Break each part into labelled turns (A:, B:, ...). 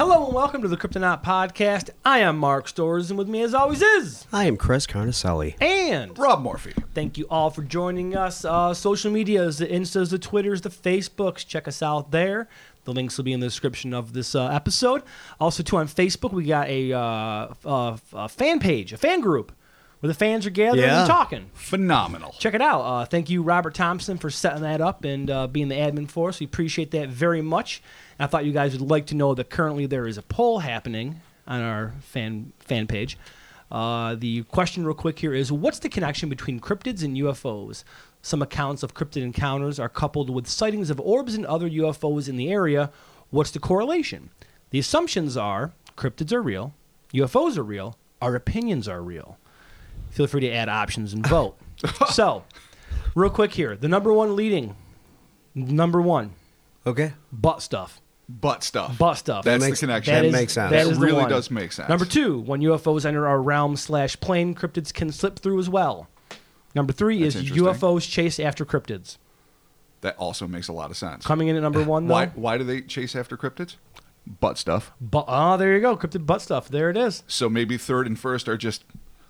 A: welcome to the Kryptonaut Podcast. I am Mark Storrs, and with me, as always, is
B: I am Chris Carnasali.
A: and
C: Rob Morphy.
A: Thank you all for joining us. Uh, social medias, the Instas, the Twitters, the Facebooks. Check us out there. The links will be in the description of this uh, episode. Also, too, on Facebook, we got a, uh, f- uh, f- a fan page, a fan group where the fans are gathering
B: Yeah.
A: and talking.
C: Phenomenal.
A: Check it out. Uh, thank you, Robert Thompson, for setting that up and uh, being the admin for us. We appreciate that very much. And I thought you guys would like to know that currently there is a poll happening on our fan fan page. Uh, the question, real quick, here is what's the connection between cryptids and UFOs? Some accounts of cryptid encounters are coupled with sightings of orbs and other UFOs in the area. What's the correlation? The assumptions are cryptids are real, UFOs are real, our opinions are real feel free to add options and vote. so, real quick here, the number one leading, number one,
B: Okay.
A: butt stuff.
C: Butt stuff.
A: Butt stuff.
C: That's
B: makes-
C: the connection.
B: that
A: is-
B: makes sense.
A: That
C: That
A: is the
C: really
A: one.
C: does make sense.
A: Number two, when UFOs enter our realm slash plane, cryptids can slip through as well. Number three
C: That's
A: is
C: interesting.
A: UFOs chase after cryptids.
C: That also makes a lot of sense.
A: Coming in at number one, though.
C: Why, why do they chase after cryptids? Butt stuff.
A: Bu- oh, there you go. Cryptid butt stuff. There it is.
C: So maybe third and first are just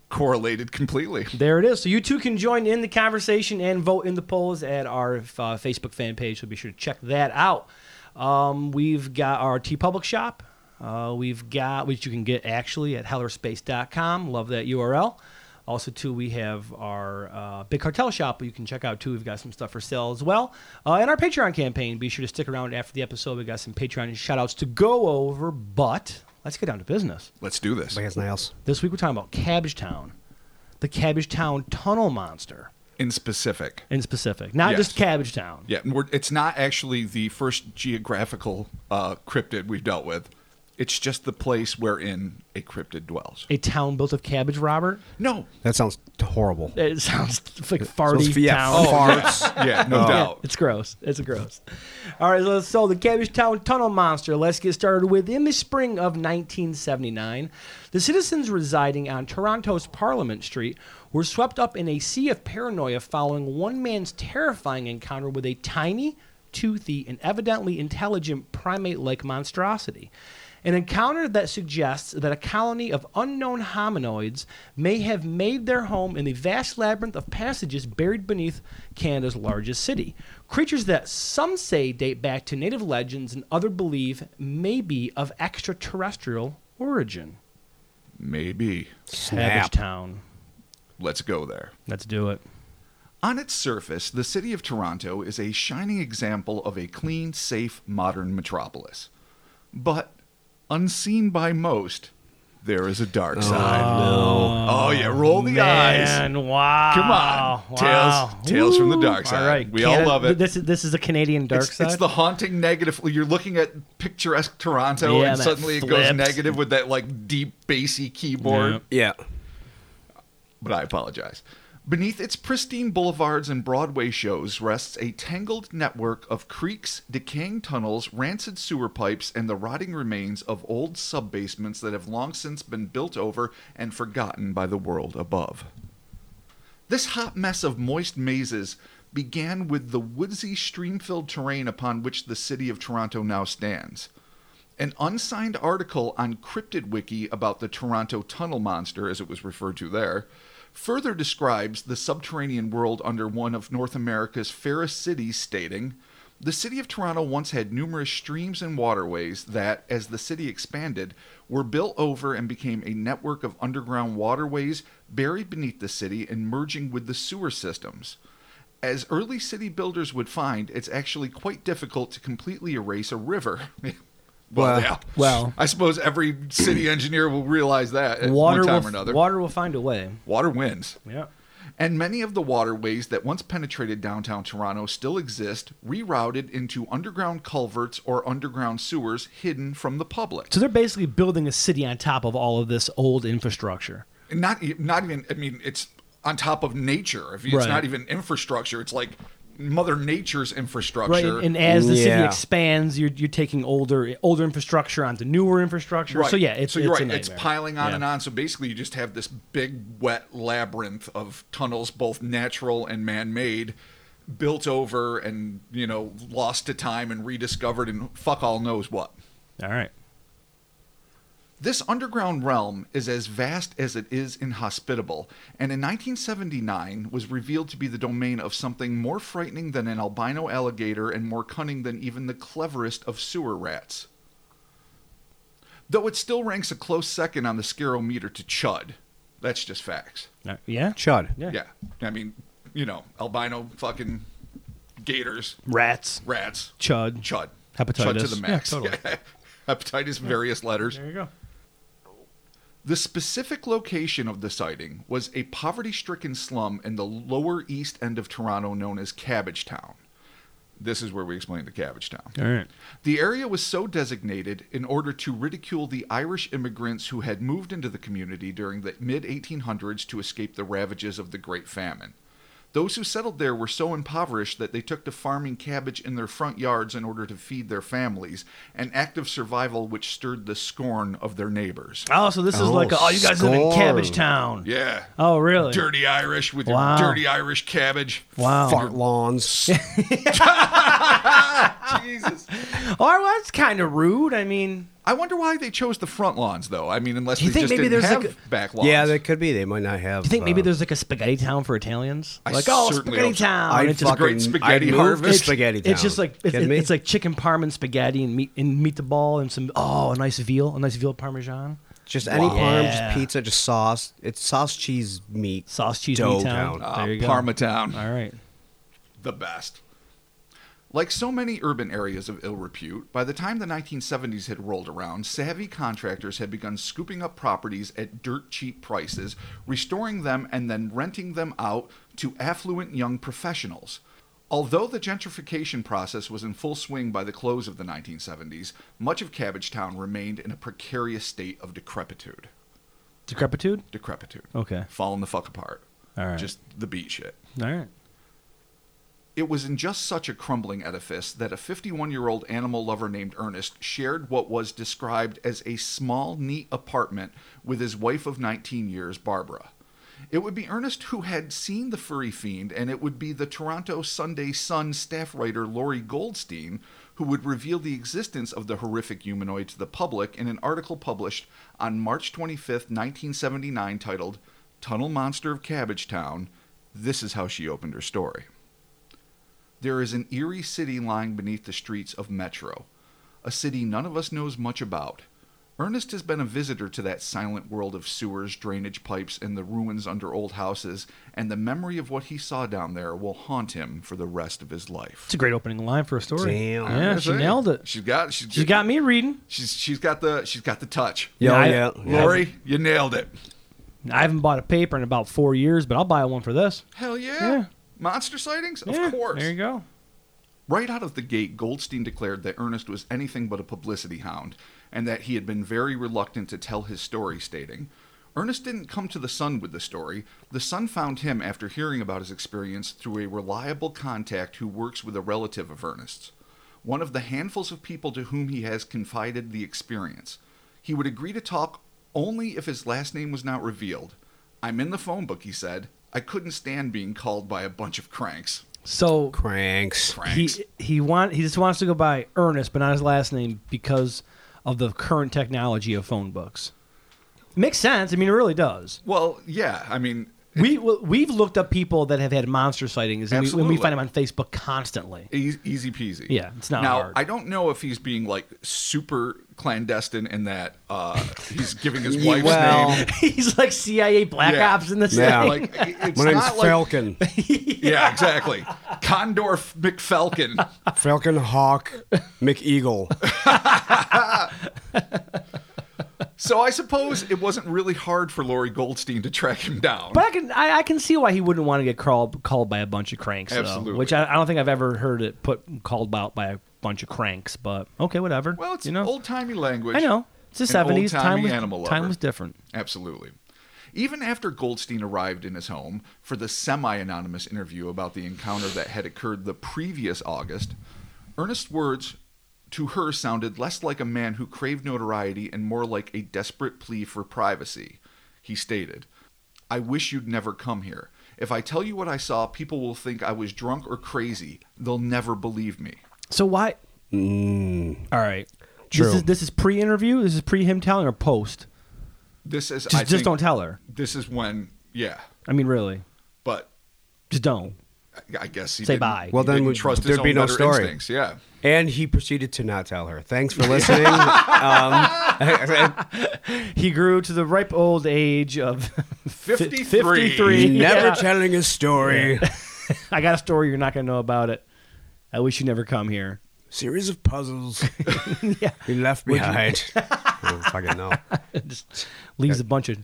C: correlated completely.
A: There it is. So you two can join in the conversation and vote in the polls at our uh, Facebook fan page. So be sure to check that out. Um, we've got our T Public shop. Uh, we've got which you can get actually at hellerspace.com. Love that URL. Also, too, we have our uh, Big Cartel shop you can check out too. We've got some stuff for sale as well, uh, and our Patreon campaign. Be sure to stick around after the episode. We got some Patreon shout outs to go over, but let's get down to business.
C: Let's do this.
B: Like it's nails.
A: This week we're talking about Cabbage Town, the Cabbage Town tunnel monster
C: In specific.
A: in specific, not
C: Yes.
A: just Cabbage Town.
C: Yeah, and we're, it's not actually the first geographical uh, cryptid we've dealt with. It's just the place wherein a cryptid dwells.
A: A town built of cabbage, Robert.
C: No.
B: That sounds t- horrible.
A: It sounds oh, like
B: Sounds-
A: farty
B: yeah,
A: town.
C: Oh,
B: farts.
C: Yeah, no
A: Yeah,
C: doubt.
A: it's gross. It's gross. All right, so, so the Cabbage Town Tunnel Monster. Let's get started with in the spring of 1979, the citizens residing on Toronto's Parliament Street were swept up in a sea of paranoia following one man's terrifying encounter with a tiny, toothy, and evidently intelligent primate-like monstrosity. An encounter that suggests that a colony of unknown hominoids may have made their home in the vast labyrinth of passages buried beneath Canada's largest city. Creatures that some say date back to native legends and other believe may be of extraterrestrial origin.
C: Maybe.
A: Savage Town.
C: Let's go there.
A: Let's do it.
C: On its surface, the city of Toronto is a shining example of a clean, safe, modern metropolis. But unseen by most, there is a dark side. Oh, yeah, roll the eyes.
A: Man, wow.
C: Come on.
A: Wow.
C: Tales- tales from the dark
A: Woo.
C: side.
A: All right.
C: We all
A: Canada-
C: love it.
A: This is, this is a Canadian dark
C: It's,
A: side.
C: it's the haunting negative. You're looking at picturesque Toronto,
A: Yeah,
C: and
A: that
C: suddenly it goes
A: flips.
C: negative with that like deep bassy keyboard.
A: Yep.
B: Yeah.
C: but I apologize. Beneath its pristine boulevards and Broadway shows rests a tangled network of creeks, decaying tunnels, rancid sewer pipes, and the rotting remains of old subbasements that have long since been built over and forgotten by the world above. This hot mess of moist mazes began with the woodsy, stream filled terrain upon which the city of Toronto now stands. An unsigned article on Cryptid Wiki about the Toronto Tunnel Monster, as it was referred to there, further describes the subterranean world under one of North America's fairest cities, stating The city of Toronto once had numerous streams and waterways that, as the city expanded, were built over and became a network of underground waterways buried beneath the city and merging with the sewer systems. As early city builders would find, it's actually quite difficult to completely erase a river. well,
B: Well,
C: yeah.
A: well.
C: I suppose every city engineer will realize that at
A: water
C: one time
A: will,
C: or another.
A: Water will find a way.
C: Water wins.
A: Yeah.
C: And many of the waterways that once penetrated downtown Toronto still exist, rerouted into underground culverts or underground sewers hidden from the public.
A: So they're basically building a city on top of all of this old infrastructure.
C: Not e- not even I mean it's on top of nature. If you- It's
A: Right.
C: not even infrastructure. It's like Mother Nature's infrastructure.
A: Right, and, and as the city
B: Yeah.
A: expands, you're you're taking older older infrastructure onto newer infrastructure. So yeah, it's
C: so you're
A: it's
C: right.
A: A
C: It's
A: nightmare.
C: piling on
A: Yeah.
C: and on. So basically, you just have this big wet labyrinth of tunnels, both natural and man-made, built over and you know lost to time and rediscovered and fuck all knows what.
A: All right,
C: This underground realm is as vast as it is inhospitable, and in 1979 was revealed to be the domain of something more frightening than an albino alligator and more cunning than even the cleverest of sewer rats. Though it still ranks a close second on the scarometer to Chud. That's just facts.
A: Uh, yeah.
B: Chud.
A: Yeah.
C: Yeah. I mean, you know, albino fucking gators,
A: Rats.
C: rats,
A: Chud.
C: Chud. Chud to
A: Hepatitis.
C: the
A: Yeah,
C: max.
A: totally.
C: Hepatitis, various letters.
A: There you go.
C: The specific location of the sighting was a poverty stricken slum in the lower east end of Toronto known as Cabbage Town. This is where we explain the Cabbage Town.
A: All right.
C: The area was so designated in order to ridicule the Irish immigrants who had moved into the community during the mid 1800s to escape the ravages of the Great Famine. Those who settled there were so impoverished that they took to farming cabbage in their front yards in order to feed their families, an act of survival which stirred the scorn of their neighbors.
A: Oh, so this is
B: Oh,
A: like, a, oh, you guys live in
B: score.
A: Cabbage Town.
C: Yeah.
A: Oh, really?
C: Dirty Irish with
A: Wow.
C: your dirty Irish cabbage.
A: Wow.
B: Fart lawns.
C: Jesus.
A: Oh, well, that's kind of rude. I mean,
C: I wonder why they chose the front lawns, though. I mean, unless
A: Do you
C: they
A: think
C: just
A: maybe
C: didn't
A: there's
C: have
A: like
C: back lawns.
B: yeah, that could be. They might not have.
A: do you think maybe
B: uh,
A: there's like a spaghetti town for Italians?
C: I
A: like, oh,
C: certainly
A: spaghetti
C: hope so.
A: town.
B: I'd
A: it's just
B: fucking-
C: Great spaghetti
B: I'd move
C: harvest.
B: to spaghetti
A: It's just
B: town.
A: like it's,
B: Kidding me?
A: it's like chicken parm and spaghetti and meat and meatball and some oh a nice veal a nice veal parmesan
B: just any
A: Wow.
B: parm,
A: Yeah.
B: just pizza, just sauce. It's sauce, cheese, meat,
A: sauce cheese
B: dough
A: meat town.
B: town.
C: Ah,
A: There you go.
C: Parma Town.
A: All right.
C: the best. Like so many urban areas of ill repute, by the time the 1970s had rolled around, savvy contractors had begun scooping up properties at dirt cheap prices, restoring them, and then renting them out to affluent young professionals. Although the gentrification process was in full swing by the close of the 1970s, much of Cabbage Town remained in a precarious state of decrepitude.
A: Decrepitude.
C: Decrepitude.
A: Okay.
C: Falling the fuck apart.
A: All right.
C: Just the beat shit.
A: All right.
C: It was in just such a crumbling edifice that a 51 year old animal lover named Ernest shared what was described as a small, neat apartment with his wife of 19 years, Barbara. It would be Ernest who had seen the furry fiend, and it would be the Toronto Sunday Sun staff writer Lori Goldstein who would reveal the existence of the horrific humanoid to the public in an article published on March 25th, 1979, titled Tunnel Monster of Cabbage Town. This is how she opened her story. There is an eerie city lying beneath the streets of Metro, a city none of us knows much about. Ernest has been a visitor to that silent world of sewers, drainage pipes, and the ruins under old houses, and the memory of what he saw down there will haunt him for the rest of his life.
A: It's a great opening line for a story.
B: Damn.
C: I'm
A: Yeah,
C: gonna
A: she
C: say,
A: nailed it.
C: She's got she's,
A: She got me reading.
C: she's she's got the she's got the touch.
B: Yeah,
A: I-
B: yeah.
C: Lori, you nailed it.
A: I haven't bought a paper in about four years, but I'll buy one for this.
C: Hell yeah.
A: Yeah.
C: Monster sightings?
A: Yeah,
C: of course.
A: There you go.
C: Right out of the gate, Goldstein declared that Ernest was anything but a publicity hound, and that he had been very reluctant to tell his story, stating, Ernest didn't come to the Sun with the story. The Sun found him after hearing about his experience through a reliable contact who works with a relative of Ernest's, one of the handfuls of people to whom he has confided the experience. He would agree to talk only if his last name was not revealed. I'm in the phone book, he said. I couldn't stand being called by a bunch of cranks.
A: So
B: cranks.
A: he
C: Cranks.
A: he want he just wants to go by Ernest, but not his last name because of the current technology of phone books. Makes sense. I mean, it really does.
C: Well, yeah. I mean,
A: We well, we've looked up people that have had monster sightings, and we, and we
C: Absolutely.
A: find them on Facebook constantly.
C: Eas- E-, easy peasy.
A: Yeah, it's not
C: now,
A: hard.
C: I don't know if he's being like super clandestine in that uh, he's giving his wife's
B: well,
C: name.
A: He's like CIA black
C: Yeah.
A: ops in this
B: Yeah.
A: thing.
C: Like it's
B: My name's
C: not like
B: Falcon.
C: yeah, exactly. Condor F- McFalcon.
B: Falcon Hawk McEagle.
C: so I suppose it wasn't really hard for Lori Goldstein to track him down.
A: But I can I, I can see why he wouldn't want to get called called by a bunch of cranks. though,
C: Absolutely.
A: which I, I don't think I've ever heard it put called out by a bunch of cranks. But okay, whatever.
C: well, it's
A: you know
C: old timey language.
A: I know it's the
C: An
A: seventies. Time
C: old-timey
A: was
C: animal
A: time
C: lover.
A: was different.
C: Absolutely. Even after Goldstein arrived in his home for the semi anonymous interview about the encounter that had occurred the previous August, Ernest's words to her sounded less like a man who craved notoriety and more like a desperate plea for privacy. He stated, I wish you'd never come here. If I tell you what I saw, people will think I was drunk or crazy. They'll never believe me.
A: So why? All right. This
B: True.
A: is this is pre-interview. This is pre him telling or post.
C: This is I
A: Just,
C: think
A: just don't tell her.
C: This is when yeah,
A: I mean, really,
C: but
A: just don't.
C: I- I guess he
A: Say
C: didn't-
A: bye.
C: he
B: Well, then
C: didn't
B: we-
C: trust his
B: there'd
C: own
B: be no
C: better
B: story.
C: instincts. Yeah,
B: And he proceeded to not tell her. Thanks for listening. um,
A: He grew to the ripe old age of fi-
C: 53.
A: 53.
B: never
A: Yeah.
B: telling his story.
A: I got a story you're not gonna know about it. I wish you never come here.
B: Series of puzzles. He left behind. I don't fucking know.
A: just leaves a bunch of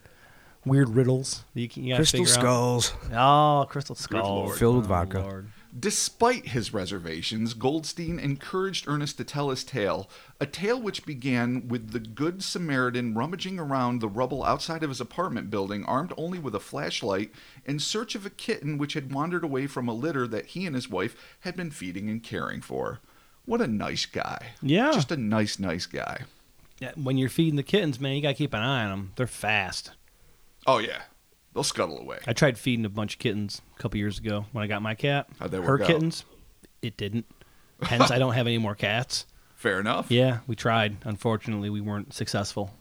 A: weird riddles that you can you gotta
B: Crystal
A: figure out.
B: skulls.
A: Oh, crystal skull
C: lord.
B: Filled with Oh, vodka.
C: Despite his reservations, Goldstein encouraged Ernest to tell his tale, a tale which began with the Good Samaritan rummaging around the rubble outside of his apartment building, armed only with a flashlight, in search of a kitten which had wandered away from a litter that he and his wife had been feeding and caring for. What a nice guy.
A: Yeah.
C: Just a nice, nice guy.
A: Yeah, When you're feeding the kittens, man, you gotta keep an eye on them. They're fast.
C: Oh, yeah. They'll scuttle away.
A: I tried feeding a bunch of kittens a couple years ago when I got my cat.
C: How'd that
A: Her
C: work out?
A: kittens, it didn't. Hence, I don't have any more cats.
C: Fair enough.
A: Yeah, we tried. Unfortunately, we weren't successful.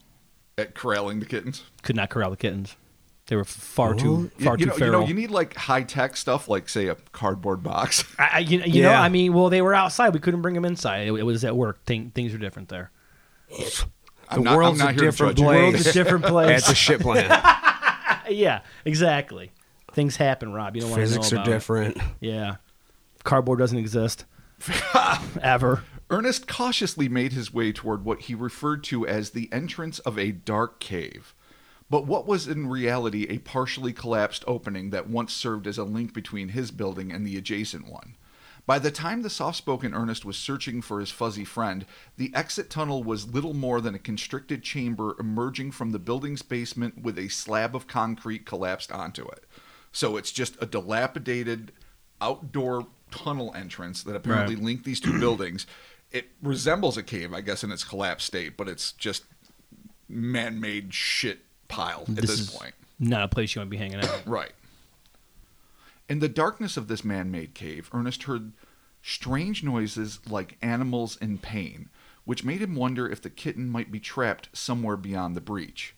C: At corralling the kittens.
A: Could not corral the kittens. They were far too
C: You-
A: far
C: you,
A: too
C: know, you
A: feral.
C: know, you need like high tech stuff, like, say, a cardboard box.
A: I, I- you, you know,
B: Yeah.
A: I mean, well, they were outside. We couldn't bring them inside. It, it was at work. Thing, things are different there.
B: The
C: not- I'm
B: world's
C: not
B: a
C: here to
B: different
C: judge you.
B: place.
A: World's a different place.
B: It's a shit planet.
A: yeah, exactly. Things happen, Rob. You don't want to know
B: Physics are
A: about Mm. it.
B: different.
A: Yeah, cardboard doesn't exist ever.
C: Ernest cautiously made his way toward what he referred to as the entrance of a dark cave. But what was in reality a partially collapsed opening that once served as a link between his building and the adjacent one. By the time the soft spoken Ernest was searching for his fuzzy friend, the exit tunnel was little more than a constricted chamber emerging from the building's basement with a slab of concrete collapsed onto it. So it's just a dilapidated outdoor tunnel entrance that apparently
A: Right.
C: link these two buildings. It resembles a cave, I guess, in its collapsed state, but it's just man-made shit pile at this,
A: is
C: point.
A: not a place you want to be hanging out.
C: Right. In the darkness of this man-made cave, Ernest heard strange noises like animals in pain, which made him wonder if the kitten might be trapped somewhere beyond the breach.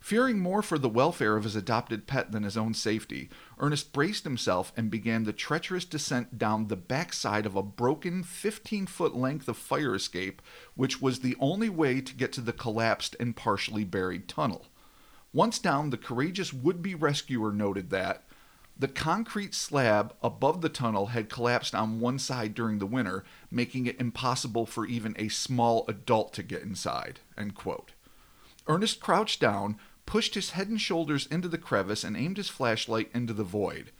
C: Fearing more for the welfare of his adopted pet than his own safety, Ernest braced himself and began the treacherous descent down the backside of a broken 15 foot length of fire escape, which was the only way to get to the collapsed and partially buried tunnel. Once down, the courageous would be rescuer noted that the concrete slab above the tunnel had collapsed on one side during the winter, making it impossible for even a small adult to get inside. End quote. Ernest crouched down, pushed his head and shoulders into the crevice, and aimed his flashlight into the void.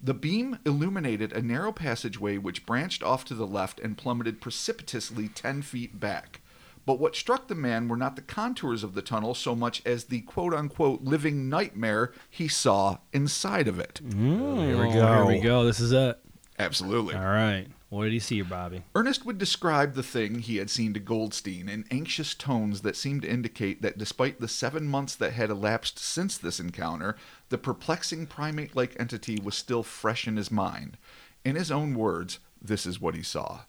C: The beam illuminated a narrow passageway which branched off to the left and plummeted precipitously ten feet back. But what struck the man were not the contours of the tunnel so much as the quote unquote living nightmare he saw inside of it.
A: Oh, here
B: Mm. we
A: Here
B: go.
A: we go. This is it.
C: Absolutely.
A: Mm-hmm. All right. What did he see, Bobby?
C: Ernest would describe the thing he had seen to Goldstein in anxious tones that seemed to indicate that despite the seven months that had elapsed since this encounter, the perplexing primate like entity was still fresh in his mind. In his own words, this is what he saw.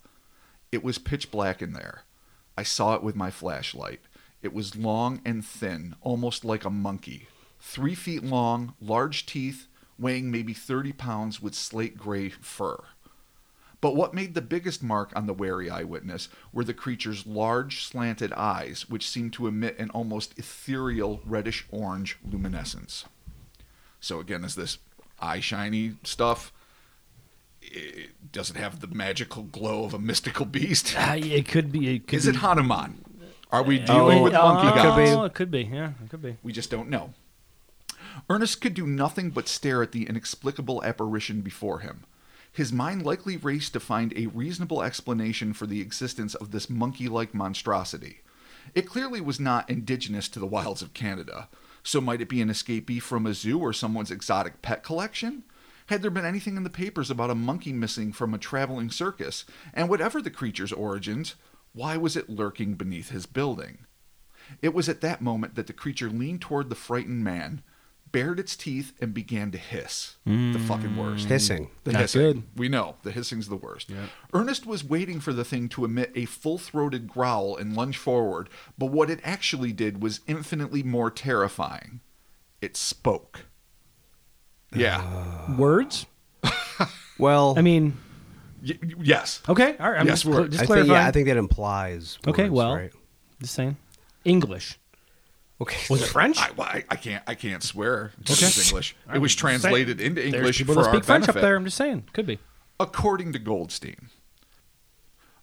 C: It was pitch black in there. I saw it with my flashlight. It was long and thin, almost like a monkey. Three feet long, large teeth, weighing maybe 30 pounds, with slate gray fur. But what made the biggest mark on the wary eyewitness were the creature's large, slanted eyes, which seemed to emit an almost ethereal reddish orange luminescence. So, again, is this eye shiny stuff? It doesn't have the magical glow of a mystical beast.
A: Uh, it could be. It could
C: Is
A: be,
C: it Hanuman? Are we dealing with monkey
A: Uh, oh,
C: gods?
A: It could be. Yeah, it could be.
C: We just don't know. Ernest could do nothing but stare at the inexplicable apparition before him. His mind likely raced to find a reasonable explanation for the existence of this monkey like monstrosity. It clearly was not indigenous to the wilds of Canada, so might it be an escapee from a zoo or someone's exotic pet collection? Had there been anything in the papers about a monkey missing from a traveling circus? And whatever the creature's origins, why was it lurking beneath his building? It was at that moment that the creature leaned toward the frightened man, bared its teeth and began to hiss. The fucking worst.
B: Hissing.
C: The
A: Not
C: hissing.
A: Mm. good.
C: We know the hissing's the worst. Ernest was waiting for the thing to emit a full throated growl and lunge forward, but what it actually did was infinitely more terrifying. It spoke.
A: Uh.
C: Yeah.
A: Words?
B: Well,
A: I mean,
C: Y- y- yes.
A: okay. All right. I'm
C: Yes,
A: just, cl-
C: words.
A: just
B: I think,
A: clarifying.
B: yeah, I think that implies.
A: Okay,
B: words,
A: well.
B: right?
A: Just saying. English.
B: okay.
A: Was it French?
C: I, I, I can't. I can't swear. This is English. It was translated into
A: There's
C: English
A: people
C: for
A: that
C: our
A: speak French
C: benefit.
A: up there. I'm just saying. Could be.
C: According to Goldstein,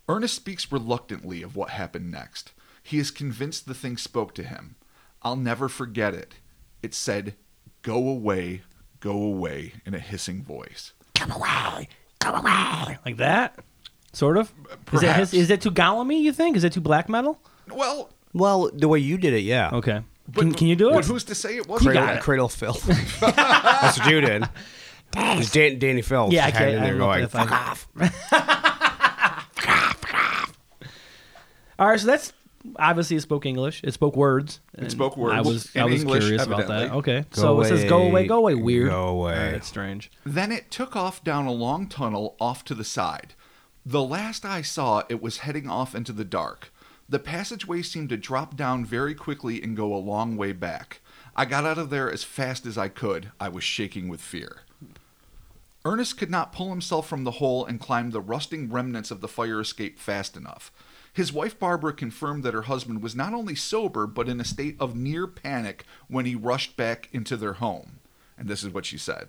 C: Ernest speaks reluctantly of what happened next. He is convinced the thing spoke to him. I'll never forget it. It said, Go away, go away, in a hissing voice.
A: Like that? Sort of? Is it,
C: Perhaps.
A: his, is it too Gallamy, you think? Is it too black metal?
C: Well,
B: Well, the way you did it, yeah.
A: Okay.
C: but,
A: can, can you do
C: but
A: it?
C: who's to say it wasn't?
B: Cradle, cradle filth. That's what you did. It was Dan, Danny Phil.
A: Yeah, I
B: had it
A: can't.
B: in
A: I
B: there
A: don't know
B: going,
A: if I- All right, so that's obviously it spoke English. It spoke words. and
C: spoke words
A: I was
C: in
A: I was
C: English,
A: curious about that.
C: evidently.
A: Okay,
B: Go
A: so it says go away,
B: away,
A: go away. Weird.
B: go away.
A: All right, it's strange.
C: Then it took off down a long tunnel off to the side. The last I saw, it was heading off into the dark. The passageway seemed to drop down very quickly and go a long way back. I got out of there as fast as I could. I was shaking with fear. Ernest could not pull himself from the hole and climb the rusting remnants of the fire escape fast enough. His wife Barbara confirmed that her husband was not only sober, but in a state of near panic when he rushed back into their home. And this is what she said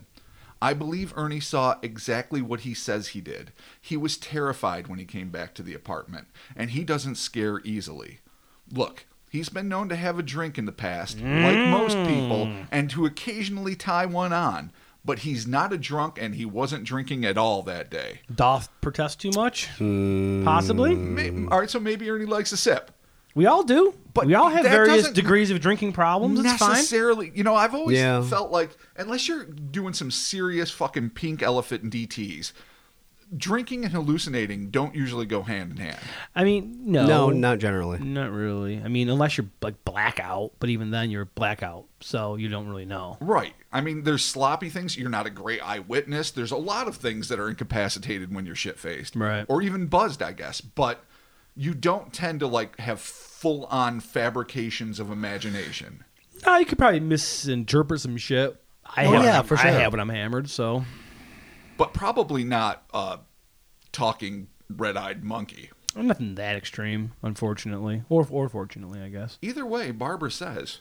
C: I believe Ernie saw exactly what he says he did. He was terrified when he came back to the apartment, and he doesn't scare easily. Look, he's been known to have a drink in the past, like most people, and to occasionally tie one on. But he's not a drunk, and he wasn't drinking at all that day.
A: Doth protest too much?
B: Hmm.
A: Possibly.
C: May- all right, so maybe Ernie likes a sip.
A: We all do.
C: But
A: we all have
C: that
A: various
C: doesn't
A: degrees of drinking problems. It's fine.
C: necessarily, you know, I've always
B: Yeah.
C: felt like unless you're doing some serious fucking pink elephant DTS, drinking and hallucinating don't usually go hand in hand.
A: I mean, no,
B: no, not generally.
A: not really. I mean, unless you're like blackout, but even then you're blackout, so you don't really know.
C: Right. I mean, there's sloppy things. You're not a great eyewitness. There's a lot of things that are incapacitated when you're shit faced.
A: Right.
C: Or even buzzed, I guess. But you don't tend to like have full on fabrications of imagination.
A: No, Ah, you could probably misinterpret some shit. I
B: Oh,
A: have,
B: yeah, for
A: I
B: sure.
A: have when I'm hammered, so
C: But probably not uh talking red eyed monkey.
A: nothing that extreme, unfortunately, or or fortunately, I guess.
C: Either way, Barbara says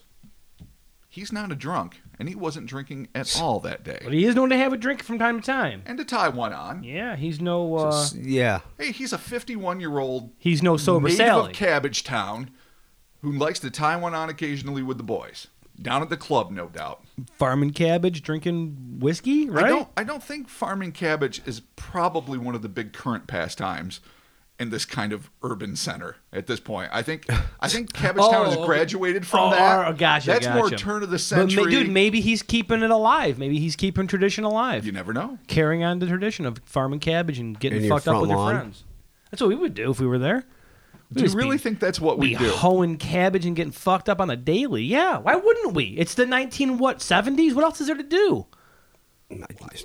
C: he's not a drunk and he wasn't drinking at all that
A: But
C: day.
A: he is known to have a drink from time to time.
C: And to tie one on,
A: Yeah, he's no uh,
B: S- yeah.
C: hey, he's a 51 year old
A: he's no sober
C: native
A: sailing.
C: of Cabbage Town, who likes to tie one on occasionally with the boys down at the club, no doubt.
A: Farming cabbage, drinking whiskey,
C: I
A: right?
C: don't. I don't think farming cabbage is probably one of the big current pastimes in this kind of urban center at this point. I think. I think Cabbage Town has
A: Oh, okay.
C: graduated from
A: oh,
C: that.
A: oh, gotcha,
C: That's more
A: gotcha.
C: turn of the
A: But ma-
C: century.
A: dude, maybe he's keeping it alive. Maybe he's keeping tradition alive,
C: you never know.
A: carrying on the tradition of farming cabbage and getting
B: In your
A: fucked up
B: front
A: with
B: lawn?
A: your friends. That's what we would do if we were there. We'd
C: Do you
A: just be-
C: really think that's what we
A: be
C: do?
A: hoeing cabbage and getting fucked up on the daily. Yeah, why wouldn't we? It's the nineteen what seventies. What else is there to do?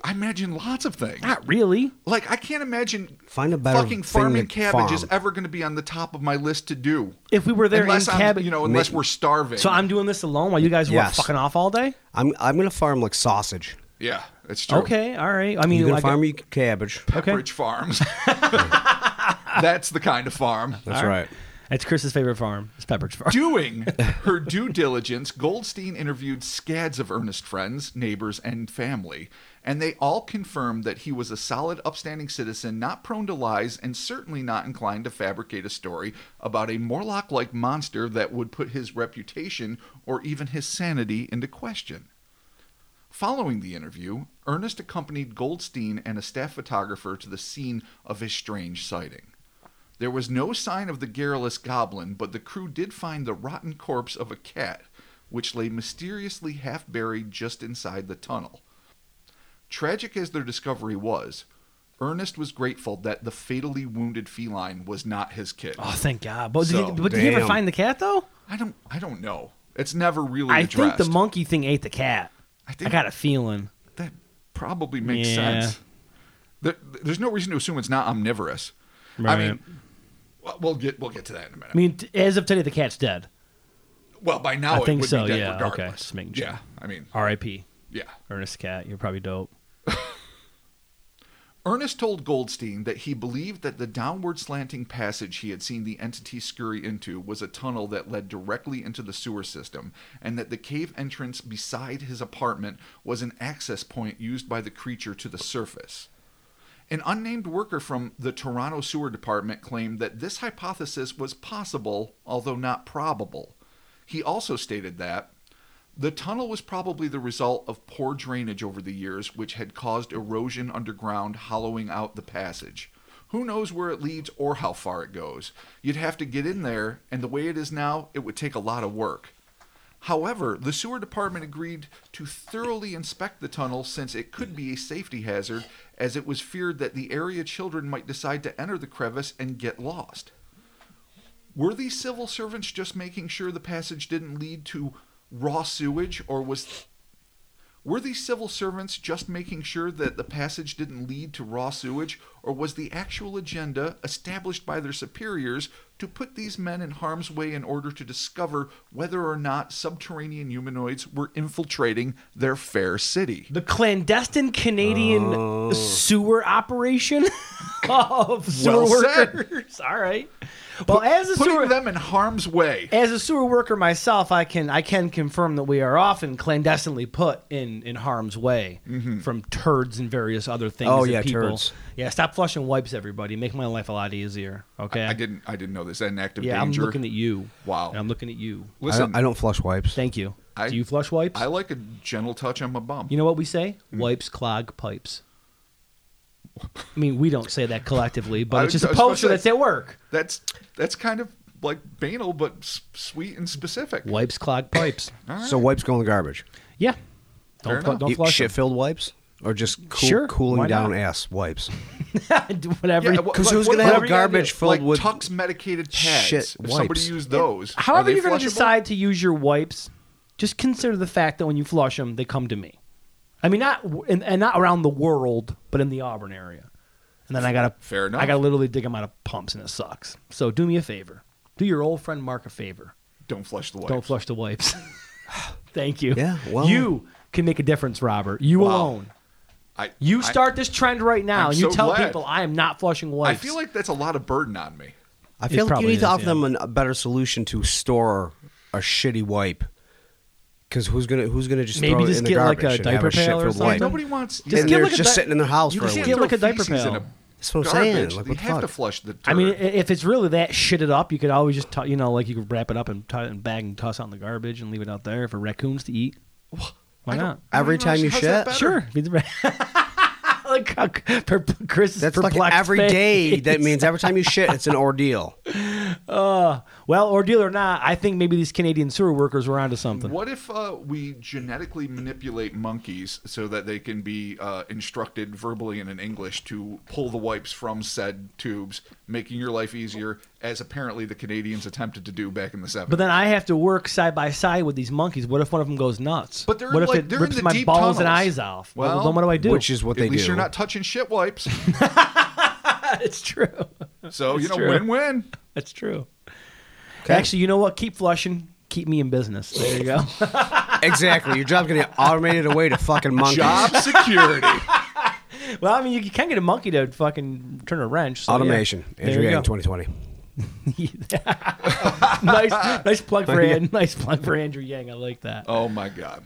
C: I imagine lots of things.
A: Not really.
C: Like I can't imagine
B: Find a better
C: fucking
B: thing
C: farming
B: to
C: cabbage is
B: farm.
C: ever going to be on the top of my list to do.
A: If we were there
C: unless
A: in
C: I'm,
A: cabbage,
C: you know, unless we're starving.
A: So I'm doing this alone while you guys were
B: Yes.
A: fucking off all day.
B: I'm I'm gonna farm like sausage.
C: yeah, that's true.
A: Okay, all right. I mean,
B: You gonna
A: like,
B: farm your cabbage.
A: okay.
C: Pepperidge Farms. that's the kind of farm.
B: That's right.
A: It's Chris's favorite farm. It's Pepperidge Farm.
C: Doing her due diligence, Goldstein interviewed scads of Ernest friends, neighbors, and family, and they all confirmed that he was a solid, upstanding citizen, not prone to lies, and certainly not inclined to fabricate a story about a Morlock like monster that would put his reputation or even his sanity into question. Following the interview, Ernest accompanied Goldstein and a staff photographer to the scene of his strange sighting. There was no sign of the garrulous goblin, but the crew did find the rotten corpse of a cat, which lay mysteriously half buried just inside the tunnel. Tragic as their discovery was, Ernest was grateful that the fatally wounded feline was not his kid.
A: Oh, thank God. But,
C: So,
A: did, he, but did he ever
B: damn.
A: find the cat though?
C: I don't I don't know. It's never really
A: I
C: addressed.
A: think the monkey thing ate the cat.
C: I think
A: I got a feeling.
C: that probably makes
A: Yeah.
C: sense. There, there's no reason to assume it's not omnivorous. I mean, well, we'll get we'll get to that in a minute.
A: I mean, t- as of today, the cat's dead.
C: well, by now
A: I
C: it
A: think
C: would
A: so,
C: be dead
A: yeah, okay,
C: regardless.
A: just making sure.
C: Yeah, I mean,
A: R.I.P.
C: yeah.
A: Ernest Cat, you're probably dope.
C: Ernest told Goldstein that he believed that the downward slanting passage he had seen the entity scurry into was a tunnel that led directly into the sewer system, and that the cave entrance beside his apartment was an access point used by the creature to the surface. An unnamed worker from the Toronto Sewer Department claimed that this hypothesis was possible, although not probable. He also stated that the tunnel was probably the result of poor drainage over the years, which had caused erosion underground, hollowing out the passage. Who knows where it leads or how far it goes? You'd have to get in there, and the way it is now, it would take a lot of work. However, the sewer department agreed to thoroughly inspect the tunnel since it could be a safety hazard, as it was feared that the area children might decide to enter the crevice and get lost. Were these civil servants just making sure the passage didn't lead to raw sewage, or was. Were these civil servants just making sure that the passage didn't lead to raw sewage, or was the actual agenda established by their superiors to put these men in harm's way in order to discover whether or not subterranean humanoids were infiltrating their fair city?
A: The clandestine Canadian sewer operation of sewer
C: Oh. Well said.
A: workers. All right. Well, as a
C: Putting
A: sewer
C: them in harm's way.
A: as a sewer worker myself, I can I can confirm that we are often clandestinely put in in harm's way
C: Mm-hmm.
A: from turds and various other things.
B: Oh,
A: that
B: yeah,
A: people,
B: turds.
A: Yeah, stop flushing wipes, everybody. Make my life a lot easier. Okay.
C: I didn't. I didn't know this. An active
A: Yeah,
C: danger.
A: I'm looking at you.
C: Wow.
A: And I'm looking at you.
B: I
C: Listen,
B: don't, I don't flush wipes.
A: Thank you.
C: I-
A: Do you flush wipes?
C: I like a gentle touch on my bum.
A: You know what we say?
C: Mm.
A: Wipes clog pipes. I mean, we don't say that collectively, but
C: I
A: it's
C: was-
A: just a
C: I was about to
A: poster
C: say-
A: that's at work.
C: That's that's kind of like banal, but s- sweet and specific.
A: Wipes clog pipes.
C: All right.
B: So wipes go in the garbage.
A: Yeah.
C: Fair
A: Don't, fl-
C: enough.
A: don't
B: You-
A: flush them.
B: Shit-filled wipes or just cool,
A: Sure, why
B: cooling down
A: not?
B: ass wipes.
A: Do Whatever.
C: Yeah,
A: you-
C: wha-
B: 'Cause who's
C: what-
B: gonna have
C: whatever you
B: garbage
C: do.
B: filled
C: like
B: with
C: Tux medicated pads?
B: shit
C: if somebody
B: wipes?
C: used those, are
A: However
C: they
A: you're going
C: flushable?
A: to decide to use your wipes, just consider the fact that when you flush them, they come to me. I mean, not w- and, and not around the world, but in the Auburn area. And then I gotta
C: Fair enough.
A: I gotta literally dig them out of pumps, and it sucks. So do me a favor. Do your old friend Mark a favor.
C: don't flush the wipes.
A: Don't flush the wipes. Thank you.
B: Yeah, well-
A: you can make a difference, Robert. You
C: Wow.
A: alone.
C: I,
A: You
C: I-
A: start this trend right now,
C: I'm
A: and you
C: so
A: tell
C: glad.
A: people I am not flushing
C: I,
A: wipes.
C: feel like that's a lot of burden on me.
B: I
A: It
B: feel like you
A: probably
B: need
A: is,
B: to offer
A: yeah.
B: them an, a better solution to store a shitty wipe. Because who's gonna who's gonna just
A: Maybe
B: throw
A: just
B: it in the
A: get, like,
B: garbage
A: a
B: and have
A: diaper pail
B: a
A: or
B: shit-filled
A: something.
B: wipe?
C: Nobody wants.
A: Just
B: and
A: get
B: they're
A: like a
B: just
A: di-
B: sitting in their house
A: you
B: for
A: just
B: a
A: get
B: week.
A: like a
C: throw
A: diaper
C: feces in
A: pail.
C: a
B: That's what I'm
C: garbage.
B: saying. Like,
C: they
B: what the
C: have to
B: fuck?
C: flush the. Dirt.
A: I mean, i- if it's really that shitted up, you could always just, tu- you know, like you could wrap it up and tie it in a bag and toss it out in the garbage and leave it out there for raccoons to eat. Why
C: I don't-
A: not?
C: I don't
B: Every
C: even
B: time you
C: understand- how's that
B: shit?
C: better?
A: Sure. Look how per- Chris is
B: That's like
A: perplexed
B: every
A: face.
B: day. That means every time you shit, it's an ordeal.
A: Well, ordeal or not, I think maybe these Canadian sewer workers were onto something.
C: What if uh, we genetically manipulate monkeys so that they can be uh, instructed verbally and in English to pull the wipes from said tubes, making your life easier, as apparently the Canadians attempted to do back in the 70s?
A: But then I have to work side by side with these monkeys. What if one of them goes nuts?
C: But they're in,
A: what if
C: like-
A: it
C: they're in
A: rips
C: the
A: my
C: deep
A: balls and
C: tunnels.
A: eyes off?
C: Well,
A: then what do I do?
B: which is what
C: At
B: they
C: least
B: do.
C: you're not touching shit wipes.
A: it's true.
C: So, you know,
A: true.
C: win win.
A: That's true.
B: Okay?
A: Actually, you know what? Keep flushing. Keep me in business. There you go.
B: exactly. Your job's gonna get automated away to fucking monkeys.
A: Oh,
C: Job security.
A: well, I mean, you can't get a monkey to fucking turn a wrench. so yeah.
B: Automation.
A: There
B: Andrew
A: you
B: Yang,
A: go.
B: 2020.
A: nice, nice plug for Andrew. Nice plug for Andrew Yang. I like that.
C: Oh, my God.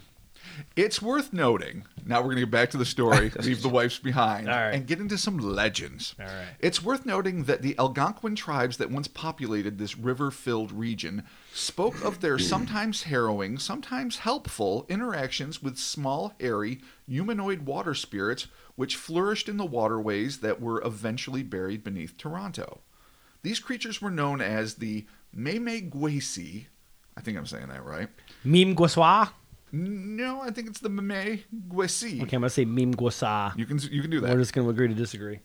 C: It's worth noting. Now we're going to get back to the story, leave the wipes behind,
A: All right.
C: and get into some legends.
A: All right.
C: It's worth noting that the Algonquin tribes that once populated this river filled region spoke of their sometimes harrowing, sometimes helpful interactions with small, hairy, humanoid water spirits which flourished in the waterways that were eventually buried beneath Toronto. These creatures were known as the Memegwesi. I think I'm saying that right.
A: Meme Guaswa.
C: No, I think it's the Memegwesi.
A: Okay, I'm gonna say Meme Guasa.
C: You can you can do that.
A: We're just gonna agree to disagree.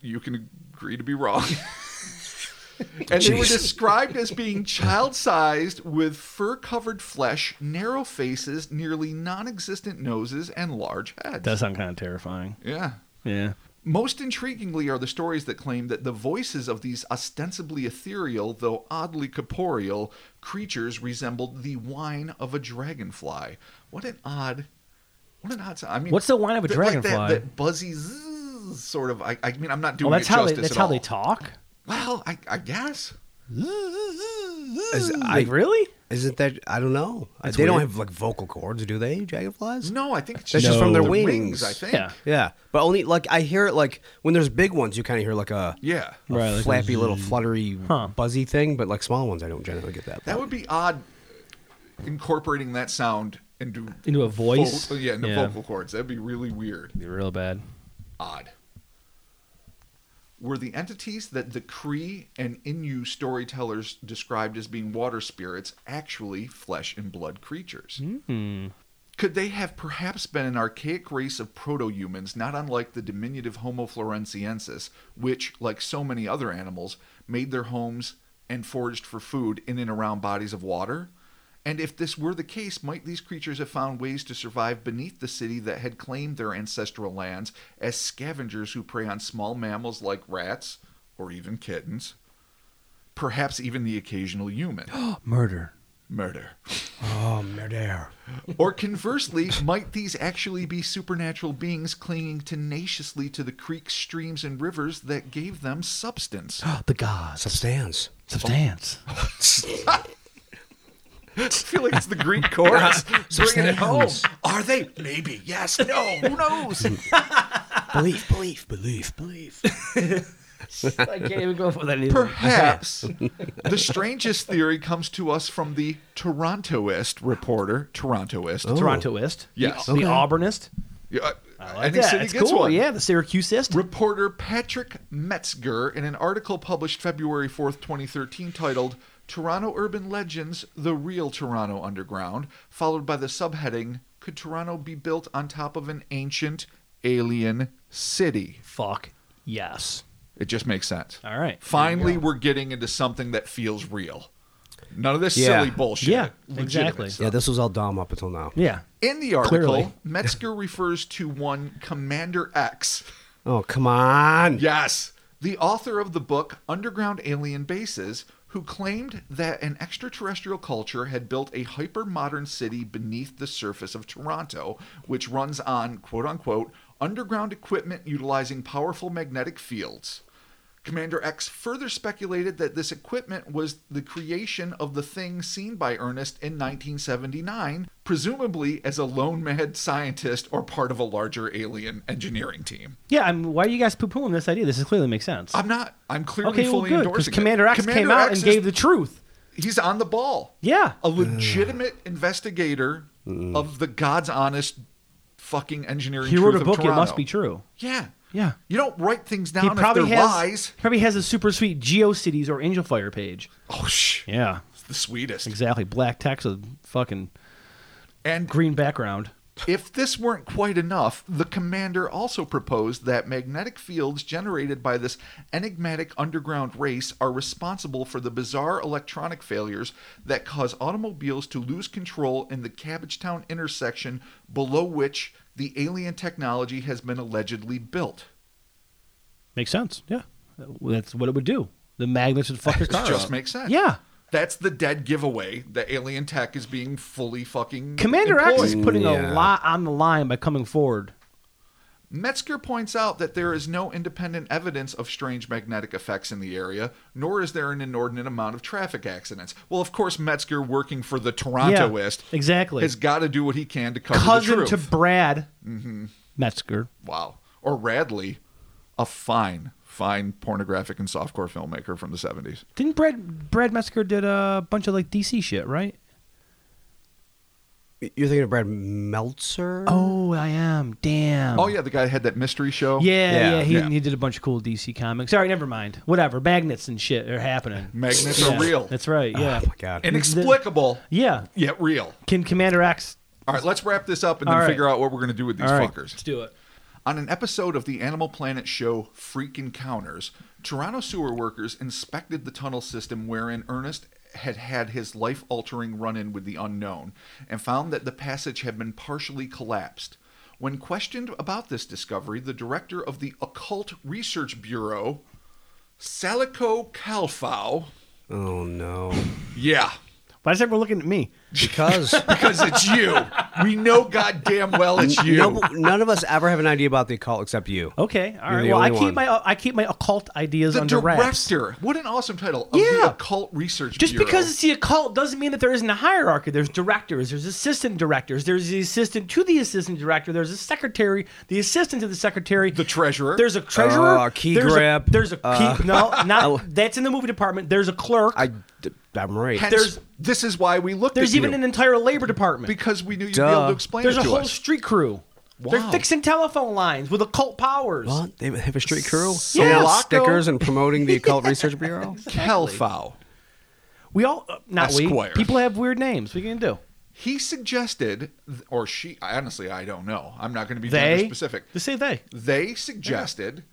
C: you can agree to be wrong. and they were
B: Jeez.
C: described as being child-sized with fur-covered flesh, narrow faces, nearly non-existent noses, and large heads.
A: That sounds kind of terrifying.
C: yeah.
A: Yeah.
C: Most intriguingly are the stories that claim that the voices of these ostensibly ethereal, though oddly corporeal, creatures resembled the whine of a dragonfly. What an odd, what an odd. sound. I mean,
A: What's the whine of a
C: th- like that-
A: dragonfly?
C: that, buzzy zzz sort of. I, I mean, I'm not doing
A: Well, that's
C: it
A: how they,
C: justice
A: that's
C: at
A: how
C: all.
A: they talk.
C: Well, I, I guess.
B: Is- I-
A: Like Mm, really?
B: Isn't that I don't know.
A: That's
B: they don't
A: weird.
B: have like vocal cords, do they? Dragonflies?
C: No, I think it's
B: That's just from
A: No.
B: their
A: The
B: wings.
C: I think.
A: Yeah.
B: Yeah, but only like I hear it like when there's big ones, you kind of hear like a,
C: Yeah.
B: a
A: Right, like a
B: flappy little fluttery
A: Huh.
B: buzzy thing, but like small ones, I don't generally get that.
C: That would be odd incorporating that sound into
A: Into a voice?
C: Vocal, yeah, into
A: Yeah.
C: vocal cords. That'd be really weird.
A: Be real bad.
C: Odd. Were the entities that the Cree and Innu storytellers described as being water spirits actually flesh and blood creatures?
A: Hmm.
C: Could they have perhaps been an archaic race of proto humans, not unlike the diminutive Homo florensiensis, which, like so many other animals, made their homes and foraged for food in and around bodies of water? And if this were the case, might these creatures have found ways to survive beneath the city that had claimed their ancestral lands as scavengers who prey on small mammals like rats or even kittens? Perhaps even the occasional human.
A: Murder.
C: Murder.
B: Oh, murder!
C: Or conversely, might these actually be supernatural beings clinging tenaciously to the creeks, streams, and rivers that gave them substance?
A: the gods.
B: Substance.
A: Substance.
C: I feel like it's the Greek chorus bringing it home.
B: Substance.
C: Are they? Maybe. Yes. No. Who knows?
B: belief, belief, belief, belief.
A: I can't even go for that either.
C: Perhaps the strangest theory comes to us from the Torontoist reporter. Torontoist.
A: Oh. Torontoist.
C: Yes.
A: The,
B: Okay.
A: the Auburnist.
C: Yeah, uh,
A: I like
C: any
A: that.
C: city
A: That's
C: gets
A: cool.
C: one.
A: Yeah, the Syracuseist.
C: Reporter Patrick Metzger, in an article published February 4th, 2013, titled Toronto Urban Legends The Real Toronto Underground, followed by the subheading Could Toronto Be Built on Top of an Ancient Alien City?
A: Fuck. Yes.
C: It just makes sense.
A: All right.
C: Finally, we're getting into something that feels real. None of this
B: Yeah.
C: silly bullshit.
A: Yeah,
C: Legitimate
A: exactly.
B: Yeah,
C: stuff.
B: this was all dumb up until now.
A: Yeah.
C: In the article,
A: Clearly.
C: Metzger refers to one Commander X.
B: Oh, come on.
C: Yes. The author of the book Underground Alien Bases, who claimed that an extraterrestrial culture had built a hyper modern city beneath the surface of Toronto, which runs on, quote unquote, underground equipment utilizing powerful magnetic fields. Commander X further speculated that this equipment was the creation of the thing seen by Ernest in 1979, presumably as a lone mad scientist or part of a larger alien engineering team.
A: Yeah. I mean, why are you guys poo pooing this idea? This is clearly makes sense.
C: I'm not. I'm clearly
A: okay. Well,
C: fully
A: good. Because
C: endorsing it.
A: Commander X came
C: Commander
A: out
C: X
A: and
C: is-
A: gave the truth.
C: He's on the ball.
A: Yeah.
C: A legitimate investigator of the God's honest fucking engineering.
A: He wrote
C: truth
A: a book.
C: Of
A: It
C: Toronto.
A: must be true.
C: Yeah.
A: Yeah.
C: You don't write things down
A: He
C: if
A: probably
C: they're
A: has
C: lies.
A: probably has a super sweet GeoCities or Angel Fire page.
C: Oh shh.
A: Yeah.
C: It's the sweetest.
A: Exactly. Black text with fucking
C: And
A: green background.
C: If this weren't quite enough, the commander also proposed that magnetic fields generated by this enigmatic underground race are responsible for the bizarre electronic failures that cause automobiles to lose control in the Cabbagetown intersection below which the alien technology has been allegedly built.
A: Makes sense. Yeah. That's what it would do. The magnets would fuck your
C: It
A: car.
C: just
A: up.
C: makes sense.
A: Yeah.
C: That's the dead giveaway that alien tech is being fully fucking
A: Commander X
C: employed.
A: is putting
B: Yeah.
A: a lot on the line by coming forward.
C: Metzger points out that there is no independent evidence of strange magnetic effects in the area, nor is there an inordinate amount of traffic accidents. Well, of course, Metzger, working for the Torontoist,
A: Yeah, exactly.
C: has got to do what he can to cover the
A: Cousin Mm-hmm.
C: truth.
A: to Brad Metzger.
C: wow. Or Radley, a fine, fine pornographic and softcore filmmaker from the 70s.
A: Didn't Brad Brad Metzger did a bunch of like DC shit, right?
B: You're thinking of Brad Meltzer?
A: Oh, I am. Damn.
C: Oh, yeah, the guy that had that mystery show.
A: Yeah, yeah,
B: Yeah.
A: he,
C: Yeah.
A: he did a bunch of cool DC comics. All right, never mind. Whatever. Magnets and shit are happening.
C: Magnets
A: Yeah,
C: are real. Ah,
A: That's right. Yeah.
B: Oh my god.
C: Inexplicable,
A: yeah.
C: yet real.
A: Can Commander X?
C: All right, let's wrap this up and then
A: All right.
C: figure out what we're going to do with these
A: All right,
C: fuckers.
A: let's do it.
C: On an episode of the Animal Planet show Freak Encounters, Toronto sewer workers inspected the tunnel system wherein Ernest had had his life altering run in with the unknown and found that the passage had been partially collapsed. When questioned about this discovery, the director of the Occult Research Bureau, Salico Calfau,
B: Oh no!
C: yeah,
A: Why is everyone looking at me?
B: Because
C: because it's you. We know goddamn well it's you.
B: no, none of us ever have an idea about the occult except you.
A: Okay, all
B: You're
A: right.
B: the
A: Well, I
B: only
A: keep
B: one.
A: my uh, I keep my occult ideas
C: the
A: under wraps.
C: director. What an awesome title. Of
A: Yeah.
C: the Occult Research
A: Just
C: Bureau.
A: because it's the occult doesn't mean that there isn't a hierarchy. There's directors, there's assistant directors, there's the assistant to the assistant director, there's a secretary, the assistant to the secretary,
C: the treasurer. Uh,
A: there's a treasurer,
B: a key
A: there's
B: grip,
A: a, there's a key, no, not that's in the movie department. There's a clerk,
B: I, am right.
C: Hence,
A: there's-
C: this is why we looked
A: there's
C: at
A: even
C: you,
A: an entire labor department.
C: because we knew you'd be
B: Duh.
C: able to explain
A: there's
C: it
A: a
C: to
A: whole
C: us.
A: street crew.
C: Wow.
A: They're fixing telephone lines with occult powers.
B: What? They have a street crew? Selling
A: Yeah.
B: stickers and promoting the Occult Research Bureau?
C: Calfau.
A: We all uh, not
C: Esquire.
A: we people have weird names. We can do
C: He suggested, th- or she, I- honestly, I don't know. I'm not going to be
A: they
C: gender specific.
A: Just say they.
C: They suggested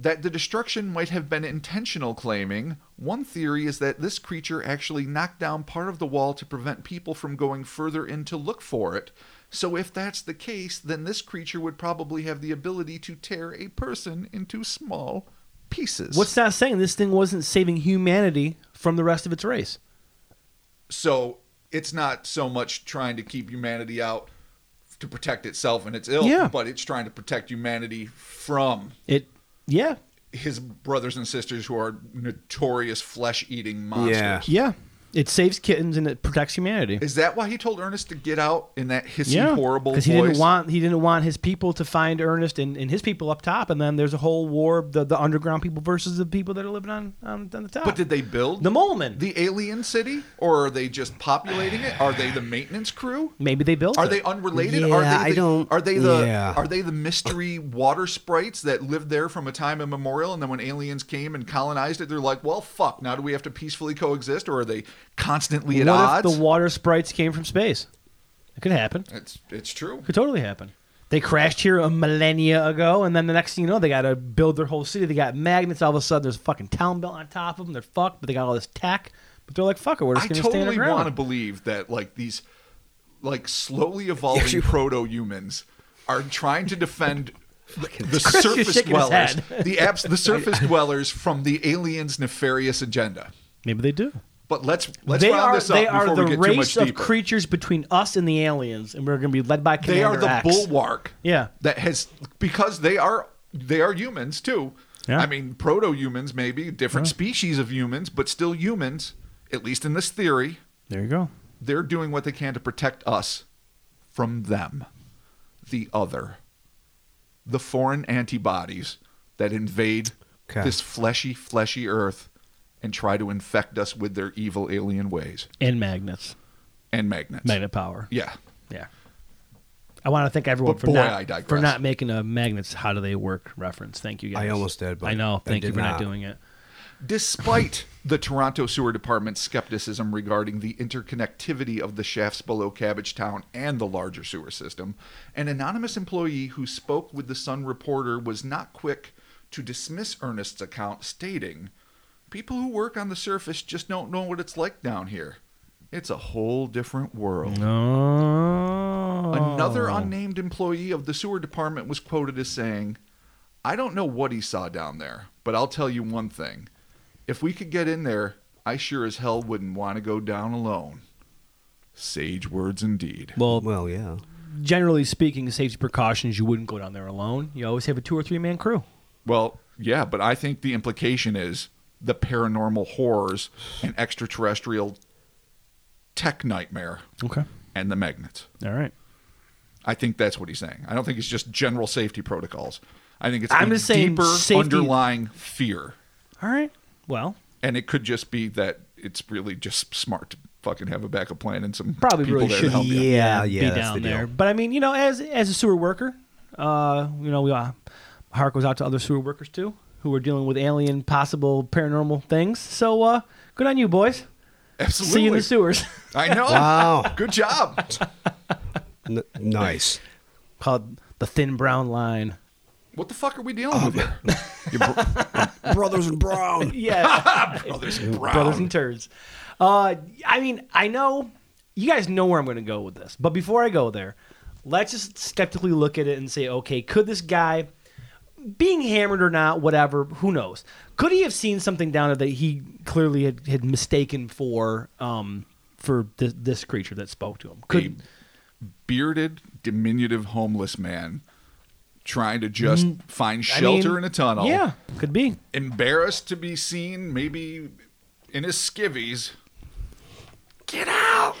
C: that the destruction might have been intentional, claiming one theory is that this creature actually knocked down part of the wall to prevent people from going further in to look for it. So, if that's the case, then this creature would probably have the ability to tear a person into small pieces.
A: What's not saying this thing wasn't saving humanity from the rest of its race?
C: so it's not so much trying to keep humanity out to protect itself and its ilk,
A: Yeah.
C: but it's trying to protect humanity from
A: It, yeah,
C: his brothers and sisters who are notorious flesh eating monsters.
B: Yeah.
A: yeah. It saves kittens and it protects humanity.
C: Is that why he told Ernest to get out in that hissy,
A: yeah,
C: horrible voice?
A: he didn't want he didn't want his people to find Ernest and, and his people up top, and then there's a whole war the the underground people versus the people that are living on on, on the top.
C: but did they build
A: the molemen?
C: the alien city, or are they just populating it? Are they the maintenance crew?
A: Maybe they built.
C: Are
A: it.
C: they unrelated?
B: Yeah,
C: are they the,
B: I don't-
C: Are they the
B: yeah.
C: Are they the mystery water sprites that lived there from a time immemorial, and then when aliens came and colonized it, they're like, "Well, fuck! Now do we have to peacefully coexist, or are they constantly at
A: what
C: odds?"
A: if the water sprites came from space? It could happen.
C: it's it's true.
A: Could totally happen. They crashed here a millennia ago, and then the next thing you know, they got to build their whole city. They got magnets. All of a sudden, there's a fucking town built on top of them. They're fucked, but they got all this tech. But they're like, fuck it, we're
C: I
A: just going to stay
C: totally
A: underground.
C: want to believe that like these like slowly evolving
B: you-
C: proto humans are trying to defend the
A: Chris is
C: surface
A: shaking his
C: dwellers,
A: head.
C: the abs- the surface dwellers from the aliens' nefarious agenda.
A: Maybe they do.
C: But let's let's
A: they
C: round
A: are,
C: this up
A: they
C: before
A: are the
C: we get too much
A: race of
C: deeper.
A: creatures between us and the aliens, and we're going to be led by
C: they
A: Commander
C: are the
A: X.
C: bulwark
A: Yeah.
C: that has because they are they are humans too
A: Yeah.
C: i mean proto humans maybe different species of humans but still humans at least in this theory
A: There you go.
C: they're doing what they can to protect us from them the other the foreign antibodies that invade
B: Okay.
C: this fleshy fleshy earth and try to infect us with their evil alien ways
A: And magnets,
C: and magnets
A: magnet power.
C: yeah
A: Yeah. I want to thank everyone
C: But
A: for
C: boy, I
A: not
C: digress.
A: for not making a magnets. How do they work reference? Thank you guys.
B: I almost did, but
A: I know.
B: I
A: Thank you
B: did
A: for not
B: not.
A: doing it.
C: Despite the Toronto Sewer Department's skepticism regarding the interconnectivity of the shafts below Cabbage Town and the larger sewer system, an anonymous employee who spoke with the Sun reporter was not quick to dismiss Ernest's account, stating, People who work on the surface just don't know what it's like down here. It's a whole different world.
A: No. Oh.
C: Another unnamed employee of the sewer department was quoted as saying, I don't know what he saw down there, but I'll tell you one thing. If we could get in there, I sure as hell wouldn't want to go down alone. Sage words indeed.
A: Well,
B: Well, yeah.
A: generally speaking, safety precautions, you wouldn't go down there alone. You always have a two or three man crew.
C: Well, yeah, but I think the implication is the paranormal horrors and extraterrestrial tech nightmare
A: Okay.
C: and the magnets.
A: All right.
C: I think that's what he's saying. I don't think it's just general safety protocols. I think it's
A: I'm
C: a
A: just saying
C: deeper
A: safety-
C: underlying fear.
A: All right. Well,
C: and it could just be that it's really just smart to fucking have a backup plan and some
A: Probably
C: people
A: really
C: there to
A: should.
C: help you.
B: Yeah, yeah,
A: be
B: that's the
A: down
B: deal.
A: there. But I mean, you know, as as a sewer worker, uh, you know, we uh, my heart goes out to other sewer workers too, who are dealing with alien, possible paranormal things. So, uh, good on you, boys.
C: Absolutely.
A: See you in the sewers.
C: I know.
B: Wow.
C: Good job.
B: Oh, N- nice.
A: Called the thin brown line.
C: What the fuck are we dealing with here?
B: Your br- brothers in brown.
A: Yeah,
C: Brothers and Brown.
A: brothers and turds. Uh, I mean, I know you guys know where I'm going to go with this, but before I go there, let's just skeptically look at it and say, okay, could this guy, being hammered or not, whatever, who knows? Could he have seen something down there that he clearly had, had mistaken for um, for this, this creature that spoke to him? Could
C: a bearded, diminutive, homeless man trying to just find
A: Mm. I
C: shelter
A: mean,
C: in a tunnel.
A: Yeah, could be.
C: Embarrassed to be seen, maybe in his skivvies. Get out!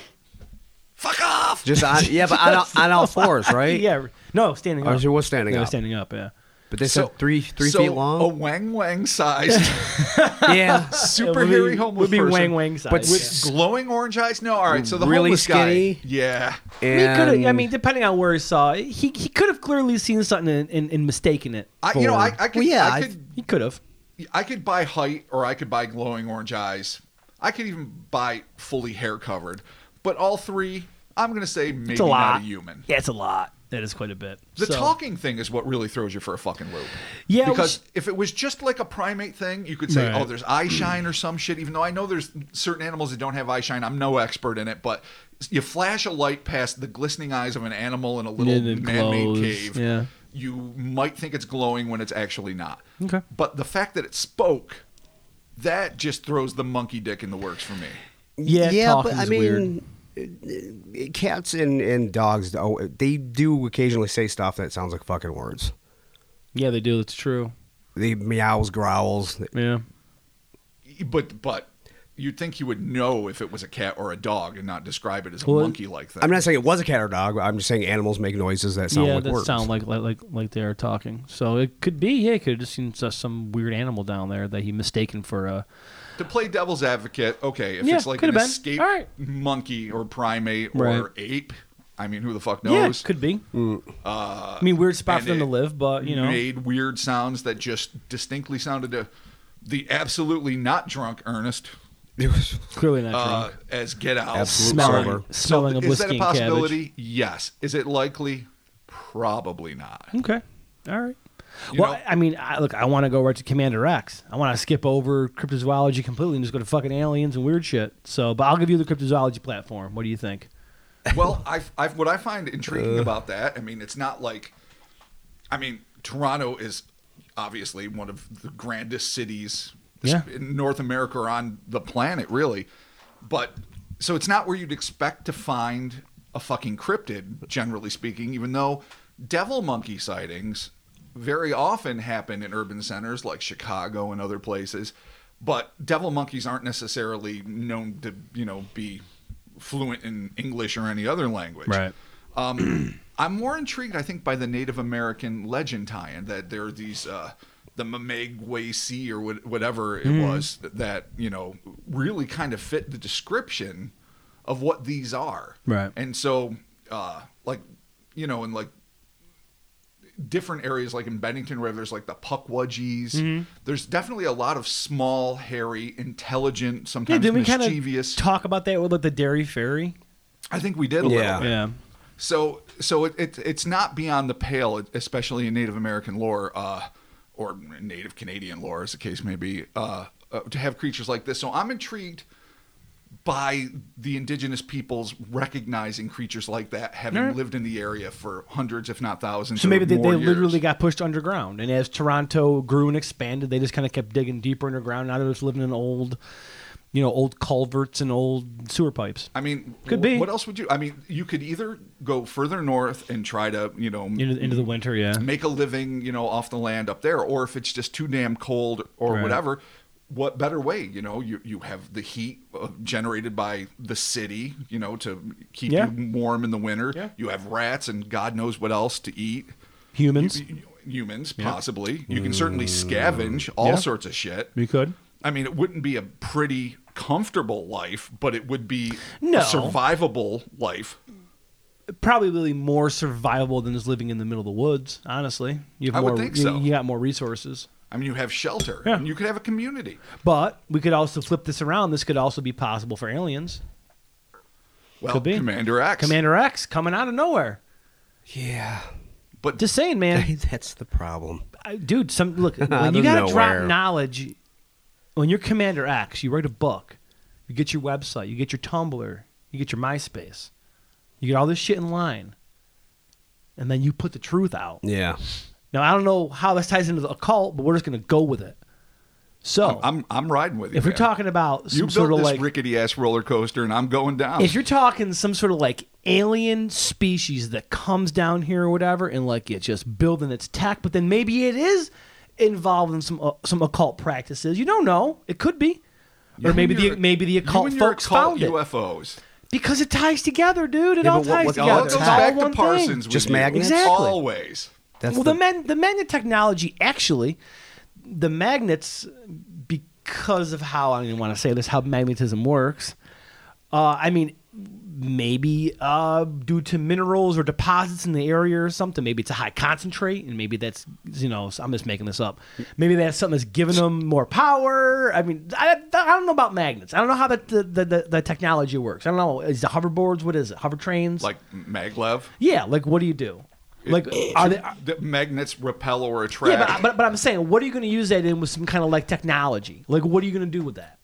C: Fuck off!
B: Just on, yeah, but on, all- on all fours, right?
A: Yeah, no, standing
C: Oh,
B: Or
A: up.
B: is it was standing
A: No,
B: up?
A: standing up. Yeah.
B: But they said three three
C: so oh,
B: feet
C: A
B: long.
C: wang wang sized,
B: yeah,
A: It
C: super
A: would be-
C: hairy homeless
A: would be
C: person.
A: wang wang size.
B: But
A: yeah.
C: With glowing orange eyes? No, all right. So the
B: Really
C: homeless
B: skinny?
C: guy. Yeah.
A: I mean, could
B: and
A: have, I mean, depending on where he saw, it, he he could have clearly seen something and, and, and mistaken it.
C: I, you know, I, I could,
B: Well, yeah,
C: I
B: I-
C: could,
A: He could have.
C: I could buy height, or I could buy glowing orange eyes. I could even buy fully hair covered. But all three, I'm gonna say maybe
A: It's a lot.
C: not a human.
A: Yeah, it's a lot. That is quite a bit.
C: The
A: So-
C: talking thing is what really throws you for a fucking loop.
A: Yeah,
C: because
A: which-
C: if it was just like a primate thing, you could say,
A: Right.
C: "Oh, there's eye shine or some shit." Even though I know there's certain animals that don't have eye shine, I'm no expert in it, but you flash a light past the glistening eyes of an animal in a little
A: And it
C: man-made
A: glows,
C: cave.
A: yeah.
C: You might think it's glowing when it's actually not.
A: Okay.
C: But the fact that it spoke, that just throws the monkey dick in the works for me.
A: yeah,
B: but
A: talking's
B: I
A: weird.
B: mean, uh, uh, cats and and dogs, oh, they do occasionally say stuff that sounds like fucking words.
A: yeah, they do. It's true.
B: They meows, growls.
A: Yeah,
C: But but you'd think you would know if it was a cat or a dog and not describe it as a
A: Well,
C: monkey-like thing.
B: I'm not saying it was a cat or dog. But I'm just saying animals make noises that sound
A: yeah,
B: like
A: that
B: words.
A: sound like, like like like they are talking. So it could be. Yeah, it could have just seen just some weird animal down there that he mistaken for uh, a.
C: To play devil's advocate, okay, if
A: Yeah,
C: it's like an
A: could've been.
C: escaped
A: All right.
C: monkey or primate or
A: Right.
C: ape, I mean, who the fuck
A: Yeah,
C: knows?
A: could be.
C: Uh,
A: I mean, weird spot
C: and
A: for them to
C: it
A: live, but you know,
C: made weird sounds that just distinctly sounded to the absolutely not drunk Ernest
B: It was-
A: clearly not
C: uh,
A: drunk.
C: as Get Out.
B: Absolute
A: Smelling,
B: sober.
C: So
A: smelling of
C: th- is
A: whiskey
C: that a
A: and cabbage.
C: possibility? Yes. Is it likely? Probably not.
A: Okay. All right.
C: You
A: well,
C: know-
A: I mean, I, look, I want to go right to Commander X. I want to skip over cryptozoology completely and just go to fucking aliens and weird shit. So, but I'll give you the cryptozoology platform. What do you think?
C: well, I've, I've, what I find intriguing about that, I mean, it's not like, I mean, Toronto is obviously one of the grandest cities
A: Yeah.
C: in North America or on the planet, really. But so it's not where you'd expect to find a fucking cryptid, generally speaking, even though devil monkey sightings very often happen in urban centers like Chicago and other places. But devil monkeys aren't necessarily known to, you know, be fluent in English or any other language.
A: Right.
C: Um, I'm more intrigued, I think, by the Native American legend tie-in that there are these uh, the Mamegway Sea or what, whatever it
A: Hmm.
C: was that you know really kind of fit the description of what these are.
A: Right.
C: And so, uh, like you know, in like different areas, like in Bennington, where there's like the Puckwudgies,
A: Mm-hmm.
C: there's definitely a lot of small, hairy, intelligent,
A: Yeah,
C: sometimes
A: did we kind
C: mischievous.
A: of talk about that with like the Dairy Fairy?
C: I think we did
B: Yeah.
C: a little bit.
A: Yeah.
C: So, so it, it it's not beyond the pale, especially in Native American lore, uh, or Native Canadian lore, as the case may be, uh, uh, to have creatures like this. So I'm intrigued by the indigenous peoples recognizing creatures like that, having
A: Alright.
C: lived in the area for hundreds, if not thousands.
A: So maybe
C: or
A: they,
C: more
A: they
C: years.
A: literally got pushed underground, and as Toronto grew and expanded, they just kind of kept digging deeper underground. Now they're just living in old, you know, old culverts and old sewer pipes.
C: I mean,
A: Could
C: wh-
A: be.
C: What else would you? I mean, you could either go further north and try to, you know,
A: Into, into the winter, yeah.
C: make a living, you know, off the land up there, or if it's just too damn cold or
A: Right.
C: whatever. What better way, you know? You you have the heat uh, generated by the city, you know, to keep
A: Yeah.
C: you warm in the winter.
A: Yeah.
C: You have rats and God knows what else to eat.
A: Humans,
C: You- humans, possibly. You can certainly scavenge all
A: Yeah.
C: sorts of shit.
A: we could.
C: I mean, it wouldn't be a pretty comfortable life, but it would be
A: No.
C: a survivable life.
A: probably really more survivable than just living in the middle of the woods. Honestly, you have
C: I
A: more,
C: would think
A: you,
C: so.
A: you got more resources.
C: I mean, you have shelter,
A: Yeah.
C: and you could have a community.
A: But we could also flip this around. This could also be possible for aliens.
C: Well,
A: Could be.
C: Commander X.
A: Commander X coming out of nowhere.
B: yeah,
C: but
A: Just saying, man.
B: that's the problem.
A: I- dude, some look
B: Out
A: when
B: of
A: you gotta drop
B: nowhere.
A: knowledge. When you're Commander X, you write a book, you get your website, you get your Tumblr, you get your MySpace, you get all this shit in line, and then you put the truth out.
B: Yeah.
A: Now I don't know how this ties into the occult, but we're just gonna go with it. So
C: I'm I'm riding with you.
A: Oh. if you're
C: man.
A: talking about
C: you
A: some
C: built
A: sort of
C: this
A: like
C: rickety ass roller coaster, and I'm going down.
A: if you're talking some sort of like alien species that comes down here or whatever and like it's just building its tech but then maybe it is involved in some uh, some occult practices you don't know it could be
C: You
A: or
C: and
A: maybe the
C: your-
A: maybe the
C: you
A: occult
C: and your
A: folks
C: occult
A: found it
C: UFOs.
A: because it ties together dude it
B: Yeah,
A: all
B: but what-
A: ties
B: what-
C: It
A: together
C: all
A: it's
C: goes
A: all
C: back
A: one
C: to Parsons.
A: thing
C: with
B: Just
C: you.
B: magnets?
A: Exactly.
C: Always.
B: That's
A: well,
B: the,
A: the, man, the magnet technology actually, the magnets, because of how I don't want to say this, how magnetism works. Uh, I mean, maybe uh, due to minerals or deposits in the area or something. Maybe it's a high concentrate, and maybe that's you know I'm just making this up. Maybe that's something that's giving them more power. I mean, I, I don't know about magnets. I don't know how that the, the, the, the technology works. I don't know. Is the hoverboards? What is it? Hover trains?
C: Like maglev.
A: yeah, like what do you do? Like are they?
C: The magnets repel or attract.
A: Yeah, but, but, but I'm saying, what are you going to use that in with some kind of like technology? Like, what are you going to do with that?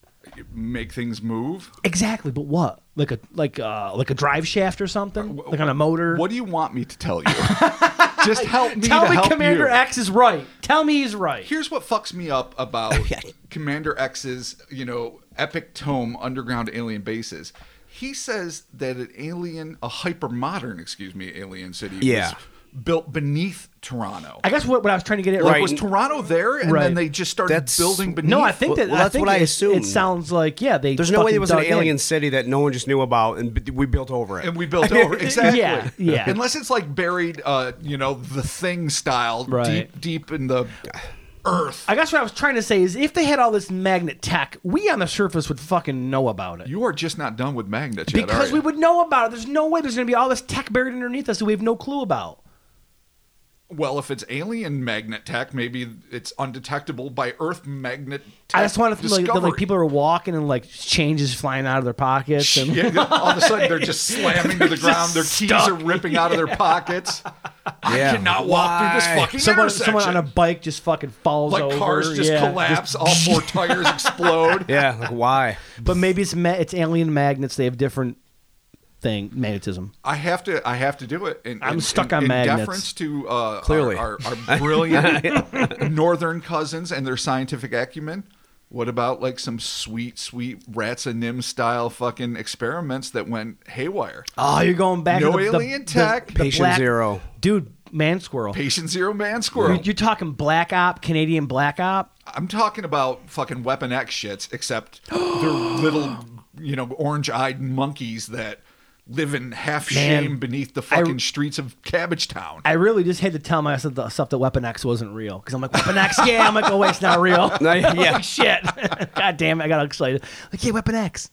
C: make things move.
A: Exactly, but what? Like a like uh like a drive shaft or something? Like on a motor?
C: What do you want me to tell you? Just help me.
A: Tell
C: to
A: me
C: help
A: Commander
C: you.
A: X is right. Tell me he's right.
C: Here's what fucks me up about Commander X's, you know, epic tome underground alien bases. He says that an alien, a hypermodern, excuse me, alien city
B: Yeah.
C: was built beneath Toronto.
A: I guess what, what I was trying to get at
C: Like,
A: right.
C: was Toronto there, and
A: Right.
C: then they just started
B: That's-
C: building beneath?
A: no, I think that
B: Well,
A: I
B: that's
A: think
B: what I
A: it- It
B: assumed.
A: sounds like yeah, they.
B: there's no way
A: fucking
B: it was an
A: dug in.
B: alien city that no one just knew about and b- we built over it.
C: and we built over exactly.
A: Yeah, yeah.
C: Unless it's like buried, uh, you know, the thing style,
A: Right.
C: deep, deep in the earth.
A: I guess what I was trying to say is, if they had all this magnet tech, we on the surface would fucking know about it.
C: you are just not done with magnets yet,
A: Because
C: are
A: we
C: you?
A: would know about it. There's no way there's going to be all this tech buried underneath us that we have no clue about.
C: Well, if it's alien magnet tech, maybe it's undetectable by Earth magnet. Tech
A: I just want to like, that,
C: discovery.
A: like people are walking and like changes flying out of their pockets and
C: Yeah, all of a sudden they're just slamming to the ground. Their keys
A: just
C: are ripping out of their pockets. I
B: Yeah.
C: cannot walk through this
B: Why?
C: fucking
A: someone,
C: intersection.
A: someone on a bike just fucking falls
C: like
A: over.
C: cars just
A: yeah,
C: collapse, all four tires explode.
B: yeah, like why?
A: but maybe it's ma- it's alien magnets. They have different thing magnetism.
C: I have to. I have to do it. In,
A: I'm
C: in-
A: stuck
C: in,
A: on
C: in
A: magnets.
C: deference to uh,
B: Clearly.
C: our, our, our brilliant northern cousins and their scientific acumen. What about like some sweet, sweet rats and nim style fucking experiments that went haywire?
A: Oh, you're going back.
C: No
A: to the, the-
C: alien tech.
A: the- the
B: Patient
A: black-
B: zero.
A: dude. Man squirrel.
C: Patient zero, man squirrel.
A: You're, you're talking black op, Canadian black op.
C: I'm talking about fucking Weapon X shits, except they're little, you know, orange eyed monkeys that live in half
A: Man,
C: shame beneath the
A: I-
C: fucking streets of Cabbage Town.
A: I really just had to tell myself the stuff that Weapon X wasn't real because I'm like Weapon X, yeah. I'm like, oh wait, it's not real.
B: No, yeah.
A: Holy shit. God damn it, I got excited. Like, yeah, Weapon X.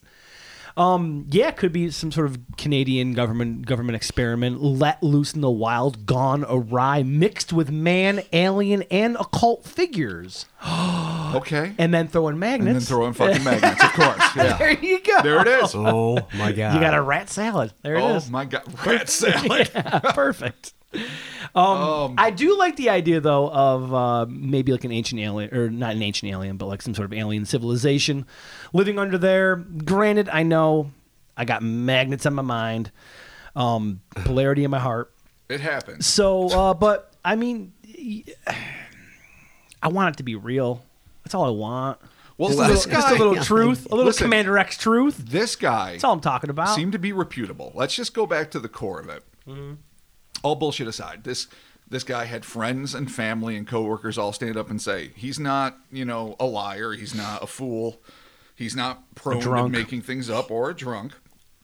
A: Um, yeah, it could be some sort of Canadian government government experiment let loose in the wild, gone awry, mixed with man, alien, and occult figures,
C: okay.
A: and then throwing
C: And then
A: magnets.
C: throw in fucking magnets, of course. Yeah.
A: there you go.
C: There it is.
B: Oh my god.
A: You got a rat salad. There it
C: Oh
A: is.
C: my god, rat salad.
A: Perfect. Um, I do like the idea though of uh, maybe like an ancient alien, or not an ancient alien, but like some sort of alien civilization living under there. Granted, I know I got magnets on my mind, um, polarity in my heart.
C: It happens.
A: So, uh, but I mean, I want it to be real. That's all I want.
C: Well,
A: Just a little,
C: this guy,
A: just a little truth, a little
C: Listen.
A: Commander X truth.
C: this guy
A: That's all I'm talking about.
C: seemed to be reputable. Let's just go back to the core of it.
A: Mm-hmm.
C: All bullshit aside, this this guy had friends and family and coworkers all stand up and say he's not, you know, a liar. He's not a fool. He's not prone to
A: drunk.
C: making things up or a drunk.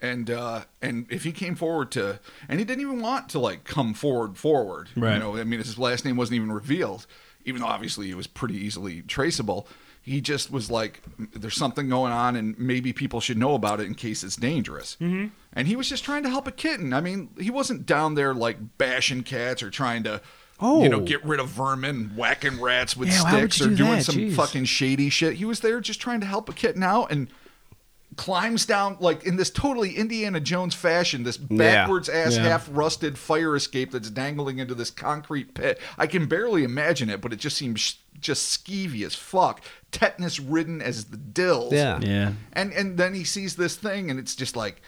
C: And uh, and if he came forward to, and he didn't even want to like come forward forward.
A: Right.
C: You know, I mean, his last name wasn't even revealed, even though obviously he was pretty easily traceable. He just was like, "There's something going on, and maybe people should know about it in case it's dangerous." Mm-hmm. And he was just trying to help a kitten. I mean, he wasn't down there like bashing cats or trying to, you know,
A: Oh.
C: get rid of vermin, whacking rats with
A: Yeah, why would
C: sticks,
A: you
C: or
A: do
C: doing
A: that?
C: some
A: Jeez.
C: fucking shady shit. He was there just trying to help a kitten out and climbs down like in this totally Indiana Jones fashion, this backwards ass,
A: Yeah.
C: half rusted fire escape that's dangling into this concrete pit. I can barely imagine it, but it just seems sh- just skeevy as fuck, tetanus ridden as the dills.
B: Yeah.
A: Yeah.
C: And and then he sees this thing, and it's just like,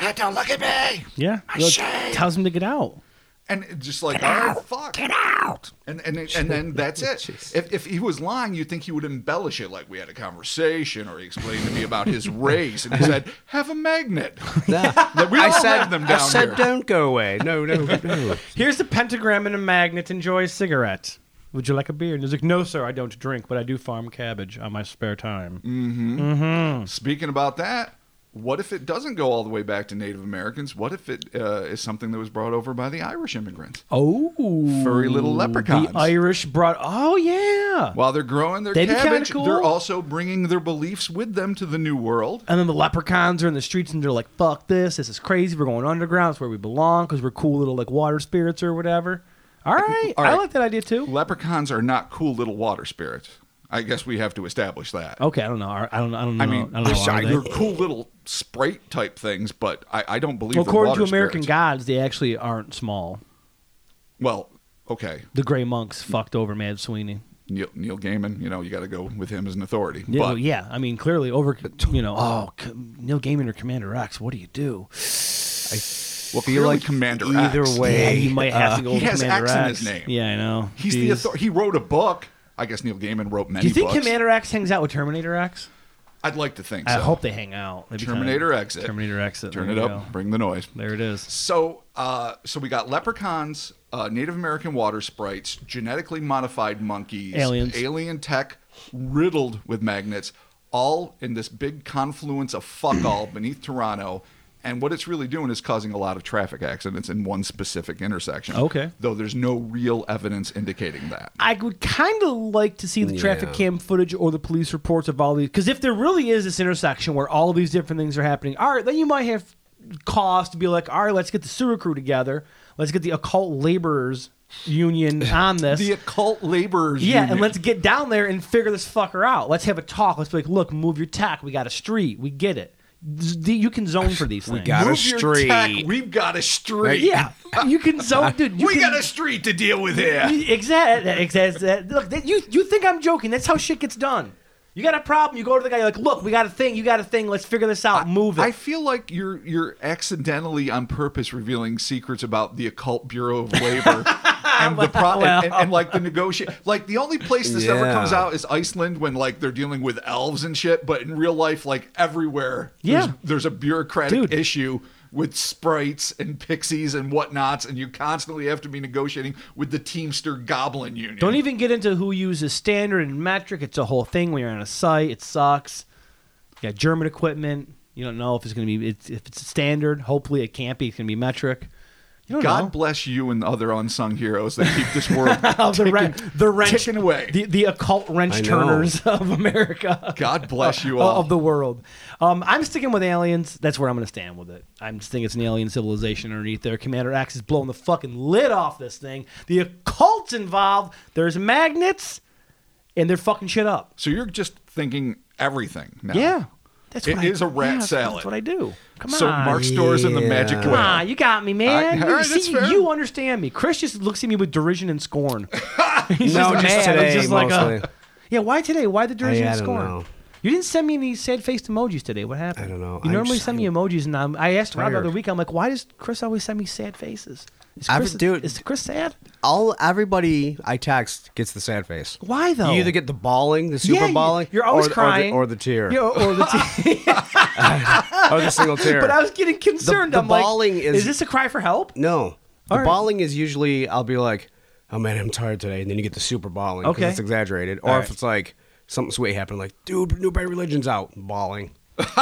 C: "Ah, don't look at me.
A: Yeah.
C: I
A: Look,
C: shave.
A: tells him to get out.
C: And it just like, oh fuck, get out. And and and then that's it. if if he was lying, you'd think he would embellish it, like we had a conversation, or he explained to me about his race, and he said, have a magnet.
B: Yeah.
C: We
B: I
C: all
B: said,
C: have them
B: I
C: down
B: said,
C: here.
B: don't go away. No, no, no.
A: Here's a pentagram and a magnet. Enjoy a cigarette. Would you like a beer? And he's like, No, sir, I don't drink, but I do farm cabbage on my spare time.
C: Speaking about that, what if it doesn't go all the way back to Native Americans? What if it uh, is something that was brought over by the Irish immigrants?
A: Oh,
C: Furry little leprechauns.
A: The Irish brought. Oh yeah.
C: While they're growing their
A: That'd be kinda
C: cabbage,
A: cool.
C: they're also bringing their beliefs with them to the new world.
A: and then the leprechauns are in the streets and they're like, "Fuck this! This is crazy. We're going underground. It's where we belong because we're cool little like water spirits or whatever." All right,
C: All
A: I
C: right.
A: like that idea too.
C: Leprechauns are not cool little water spirits. I guess we have to establish that.
A: Okay, I don't know. I don't. I don't know.
C: I mean,
A: Oh, I don't know. Are
C: I'm sorry,
A: they-
C: they're cool little sprite type things, but I, I don't believe.
A: Well,
C: they're
A: according to
C: water
A: American
C: spirits.
A: gods, they actually aren't small.
C: well, okay,
A: The Grey Monks fucked over Mad Sweeney.
C: Neil, Neil Gaiman. You know, you got to go with him as an authority.
A: Yeah, well,
C: but
A: yeah, I mean, clearly over. You know, oh, C- Neil Gaiman or Commander Rex, what do you do?
C: well,
B: Feel
C: clearly
B: like
C: Commander
B: either
C: Axe.
A: Yeah,
B: way.
A: you might have to go.
C: uh, he
A: with
C: has
A: Commander
C: X in
A: Rex.
C: his name.
A: Yeah, I know.
C: He's
A: Jeez.
C: the author- he wrote a book. I guess Neil Gaiman wrote many.
A: Do you think
C: books.
A: Commander X hangs out with Terminator X?
C: I'd like to think.
A: I
C: so.
A: hope they hang out. That'd be kinda-
C: Terminator exit.
A: Terminator exit.
C: Turn
A: there
C: it
A: you
C: up.
A: go.
C: Bring the noise.
A: There it is.
C: So, uh, so we got leprechauns, uh, Native American water sprites, genetically modified monkeys,
A: Aliens.
C: alien tech riddled with magnets, all in this big confluence of fuck all beneath Toronto. And what it's really doing is causing a lot of traffic accidents in one specific intersection.
A: Okay.
C: Though there's no real evidence indicating that.
A: I would kind of like to see the traffic
B: Yeah.
A: cam footage or the police reports of all these. Because if there really is this intersection where all of these different things are happening, all right, then you might have cause to be like, all right, let's get the sewer crew together. Let's get the occult laborers union on this.
C: The occult laborers.
A: yeah, and
C: Union.
A: let's get down there and figure this fucker out. Let's have a talk. Let's be like, look, move your tack. We got a street. We get it. Z- You can zone for these things.
B: got
C: move
B: a
C: your tech.
B: street.
C: We've got a
B: Right.
C: street.
A: Yeah, you can zone, dude. You
C: we
A: can,
C: got a street to deal with here.
A: Exactly. Exactly. Look, that, you you think I'm joking? That's how shit gets done. You got a problem? You go to the guy. You're like, look, we got a thing. You got a thing. Let's figure this out. Move it.
C: I feel like you're you're accidentally on purpose revealing secrets about the occult Bureau of Labor and the pro- and, and, and, like the negotiate like the only place this ever
B: Yeah.
C: comes out is Iceland when like they're dealing with elves and shit, but in real life like everywhere
A: Yeah.
C: there's, there's a bureaucratic
A: Dude.
C: issue with sprites and pixies and whatnots, and you constantly have to be negotiating with the Teamster Goblin Union.
A: Don't even get into who uses standard and metric. It's a whole thing when you're on a site. It sucks. You got German equipment. You don't know if it's gonna be it's, if it's standard. Hopefully, it can't be. It's gonna be metric. You don't
C: God
A: know.
C: bless you and the other unsung heroes that keep this world
A: Of the, wren- the wrench,
C: ticking away.
A: the the occult wrench
B: I know.
A: turners of America.
C: God bless you
A: o-
C: all.
A: uh, of the world. Um, I'm sticking with aliens. That's where I'm going to stand with it. I'm just thinking it's an alien civilization underneath there. Commander Axe is blowing the fucking lid off this thing. The occult's involved. There's magnets, and they're fucking shit up.
C: So you're just thinking everything now.
A: Yeah, that's
C: It
A: what
C: is
A: I,
C: a rat
A: yeah,
C: salad.
A: That's what I do. Come
C: So
A: on.
C: Mark Storrs and the
B: Yeah.
C: Magic
B: Come
A: Come
C: Whale.
A: on, you got me, man.
C: all right,
A: you,
C: that's
A: see,
C: fair.
A: you understand me. Chris just looks at me with derision and scorn. He's
B: No, just
A: mad.
B: today,
A: uh,
B: mostly.
A: yeah, why today? Why the derision
B: I
A: and
B: don't
A: scorn?
B: know.
A: You didn't send me any sad faced emojis today. What happened?
B: I don't know.
A: You
B: I'm
A: normally
B: just-
A: send me emojis, and I'm, I asked Rob the
B: tired.
A: other week. I'm like, why does Chris always send me sad faces? Is
B: I've-
A: Chris,
B: dude-
A: is Chris sad?
B: All everybody I text gets the sad face.
A: Why though?
B: You either get the bawling, the super
A: you-
B: bawling,
A: You're always
B: or, the- or the-
A: crying,
B: or the, tear,
A: Yeah, or, or the tear.
B: or the single tear.
A: but I was getting concerned.
B: the
A: I'm like,
B: bawling is-
A: this a cry for help?
B: No. The
A: All right.
B: bawling is usually I'll be like, "Oh man, I'm tired today," and then you get the super bawling. 'cause
A: Okay.
B: it's exaggerated. Or
A: All
B: if
A: right.
B: it's like something sweet happened, like, "Dude, New Bad Religion's out," bawling.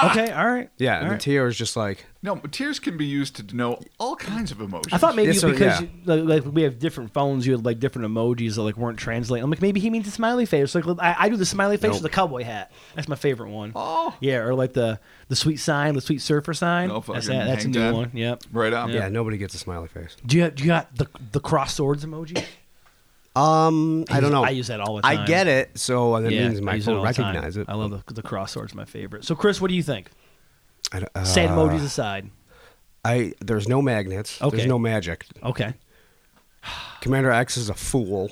A: okay, all right.
B: Yeah,
A: all
B: and
A: right.
B: the tear is just like,
C: No, but tears can be used to denote all kinds of emotions.
A: I thought maybe
B: Yes,
A: it's
B: sir,
A: because
B: yeah.
A: you- like, like we have different phones, you had like different emojis that like weren't translating. I'm like maybe he means a smiley face. Like I, I do the smiley face with the cowboy hat. That's my favorite one.
C: Oh.
A: yeah, or like the the sweet sign, the sweet surfer sign.
C: No
A: that's
C: fucking
A: that. That's a
C: hang
A: new
C: ten.
A: one. Yep.
C: Right on.
B: yeah, nobody gets a smiley face.
A: Do you do you got the the cross swords emoji?
B: Um, I don't know.
A: I use that all the
B: I
A: time.
B: get it, so uh, that means
A: I
B: my
A: use it
B: phone
A: all the time.
B: recognize it.
A: I love the, the crossword's my favorite. So, Chris, what do you think?
B: I, don't- uh,
A: Sad emojis aside.
B: I there's no magnets.
A: Okay.
B: There's no magic.
A: Okay.
B: Commander X is a fool.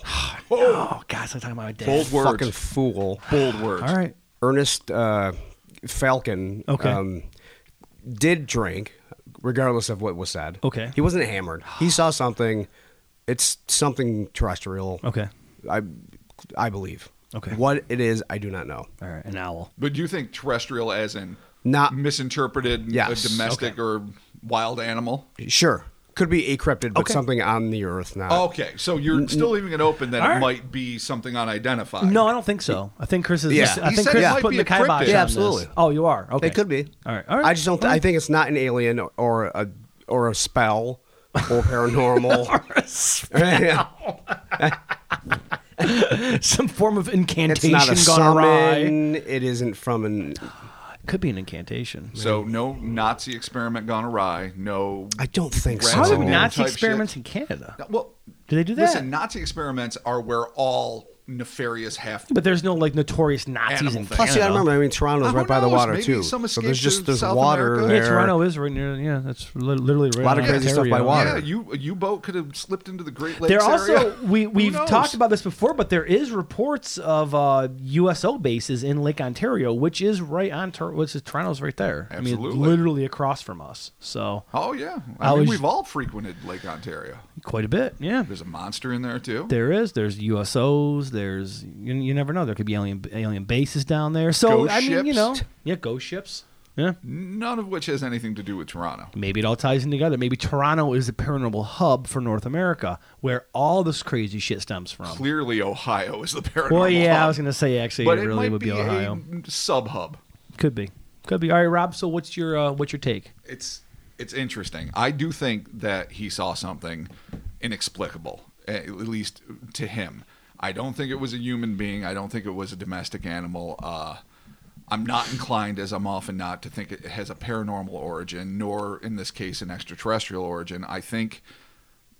A: Oh, guys, I'm talking about my dad.
C: Bold words.
B: Fucking fool.
C: Bold words.
A: All right.
B: Ernest uh, Falcon um,
A: Okay.
B: did drink, regardless of what was said.
A: Okay.
B: He wasn't hammered. He saw something. It's something terrestrial.
A: Okay.
B: I, I believe.
A: Okay.
B: What it is, I do not know.
A: All right. An owl.
C: But do you think terrestrial as in
B: Not
C: misinterpreted
B: Yes.
C: a domestic or wild animal?
B: sure. Could be acryptid, but
A: Okay.
B: something on the earth now.
C: Okay, so you're still leaving it open that
A: Uh, All
C: it
A: right.
C: might be something unidentified.
A: No, I don't think so. I think Chris is.
B: Yeah.
A: I
B: He
A: think
C: said
A: Chris
C: it
A: is
C: might
A: putting the
C: be
A: kibosh
C: encrypted.
A: on
C: Yeah,
A: this.
B: absolutely.
A: Oh, you are. Okay.
B: It could be.
A: All right. All right.
B: I just don't. I think it's not an alien or a or a spell or paranormal.
A: Some form of
B: it's
A: incantation
B: not a
A: gone awry.
B: summon. It isn't from an.
A: Could be an incantation.
C: So no Nazi experiment gone awry. No.
B: I don't think so.
A: How
C: How
A: do
C: do
A: Nazi
C: type shit.
A: experiments in Canada?
C: well,
A: Do they do that?
C: listen, Nazi experiments are where all nefarious half.
A: but there's no like notorious Nazis
C: Animal
A: in
C: thing.
B: Plus, you
A: Canada.
B: gotta remember. I mean, Toronto's
C: Who
B: right by the
C: knows?
B: water
C: Maybe
B: too.
C: some
B: so there's
C: escaped
B: just
C: to
B: there's
C: South
B: water
C: America.
A: Yeah,
B: there.
A: Toronto is right near. Yeah, that's li- literally right.
B: A lot of
A: on
B: crazy stuff
A: Ontario.
B: by water.
C: Yeah, you you boat could have slipped into the Great Lakes.
A: There also
C: area.
A: we
C: Who
A: we've
C: knows?
A: talked about this before, but there is reports of uh, USO bases in Lake Ontario, which is right on Tor- which is Toronto's right there. I mean,
C: Absolutely.
A: literally across from us. So
C: Oh yeah,
A: I
C: I, mean
A: was-
C: we've all frequented Lake Ontario.
A: quite a bit. Yeah,
C: There's a monster in there too.
A: there is. There's USOs. There's you, you never know. There could be alien alien bases down there. So
C: Ghost
A: I mean, you
C: ships.
A: know, yeah, ghost ships. Yeah.
C: None of which has anything to do with Toronto.
A: Maybe it all ties in together. Maybe Toronto is the paranormal hub for North America, where all this crazy shit stems from.
C: Clearly, Ohio is the paranormal.
A: Well, yeah, I
C: hub,
A: was gonna say actually,
C: but
A: it
C: it,
A: really
C: might
A: would be, Ohio.
C: a sub hub.
A: Could be. Could be. All right, Rob. So what's your uh, what's your take?
C: it's it's interesting. I do think that he saw something inexplicable, at least to him. I don't think it was a human being. I don't think it was a domestic animal. Uh, I'm not inclined, as I'm often not, to think it has a paranormal origin, nor in this case an extraterrestrial origin. I think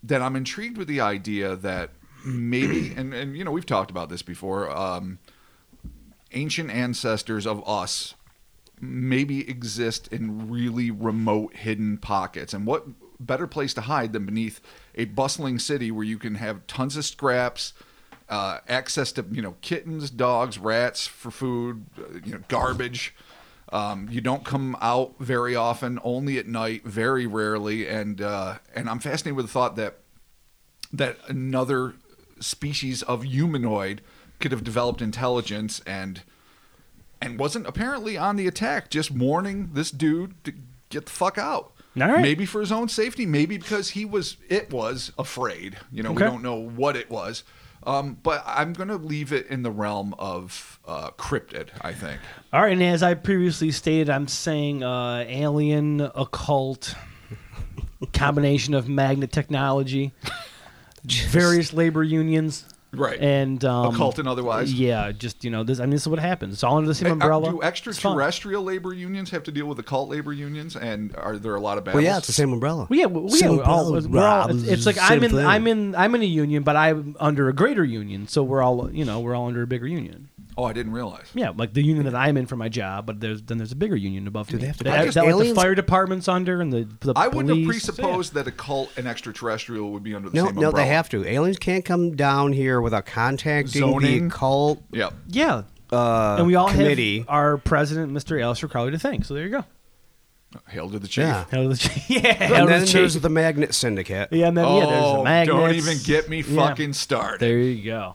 C: that I'm intrigued with the idea that maybe, and, and you know, we've talked about this before. Um, ancient ancestors of us maybe exist in really remote hidden pockets and what better place to hide than beneath a bustling city where you can have tons of scraps uh, access to you know kittens dogs rats for food uh, you know garbage um, you don't come out very often only at night very rarely and uh, and i'm fascinated with the thought that that another species of humanoid could have developed intelligence and and wasn't apparently on the attack, just warning this dude to get the fuck out.
A: All right.
C: Maybe for his own safety, maybe because he was it was afraid. You know,
A: Okay.
C: we don't know what it was. Um, but I'm going to leave it in the realm of uh, cryptid. I think
A: All right, and as I previously stated, I'm saying uh, alien occult combination of magnet technology, various labor unions,
C: Right.
A: and um,
C: Occult and otherwise.
A: Yeah, just you know, this. I mean, this is what happens. It's all under the same umbrella.
C: Uh, Do
A: It's fine.
C: extraterrestrial labor unions have to deal with occult labor unions? And are there a lot of battles?
B: Well, yeah, it's the same umbrella.
A: Well, yeah, well, yeah,
B: Same
A: we're all,
B: umbrella,
A: we're all-
B: Rob,
A: it's, it's like
B: same
A: I'm in,
B: thing.
A: I'm in, I'm in a union, but I'm under a greater union, so we're all, you know, we're all under a bigger union.
C: Oh, I didn't realize.
A: Yeah, like the union that I'm in for my job, but there's then there's a bigger union above. Do
B: they have to
A: that,
B: practice
A: that, like,
B: aliens?
A: the fire department's under and the the
C: I wouldn't have
A: police. So, yeah.
C: presupposed that occult and extraterrestrial would be under the
B: No,
C: same
B: no,
C: umbrella.
B: they have to. Aliens can't come down here without contacting
C: Zoning.
B: the occult.
C: Yep.
A: Yeah, and we all
B: Uh, committee.
A: have our president, Mr. Alistair Crowley, to thank. So there you go.
C: Hail to the chief.
B: Yeah.
A: Hell of the- yeah, hell
B: And
A: of the
B: then there's
A: chief.
B: the magnet syndicate.
A: yeah, and then yeah, there's the
C: Oh,
A: magnets.
C: don't even get me
A: Yeah.
C: fucking started.
A: There you go.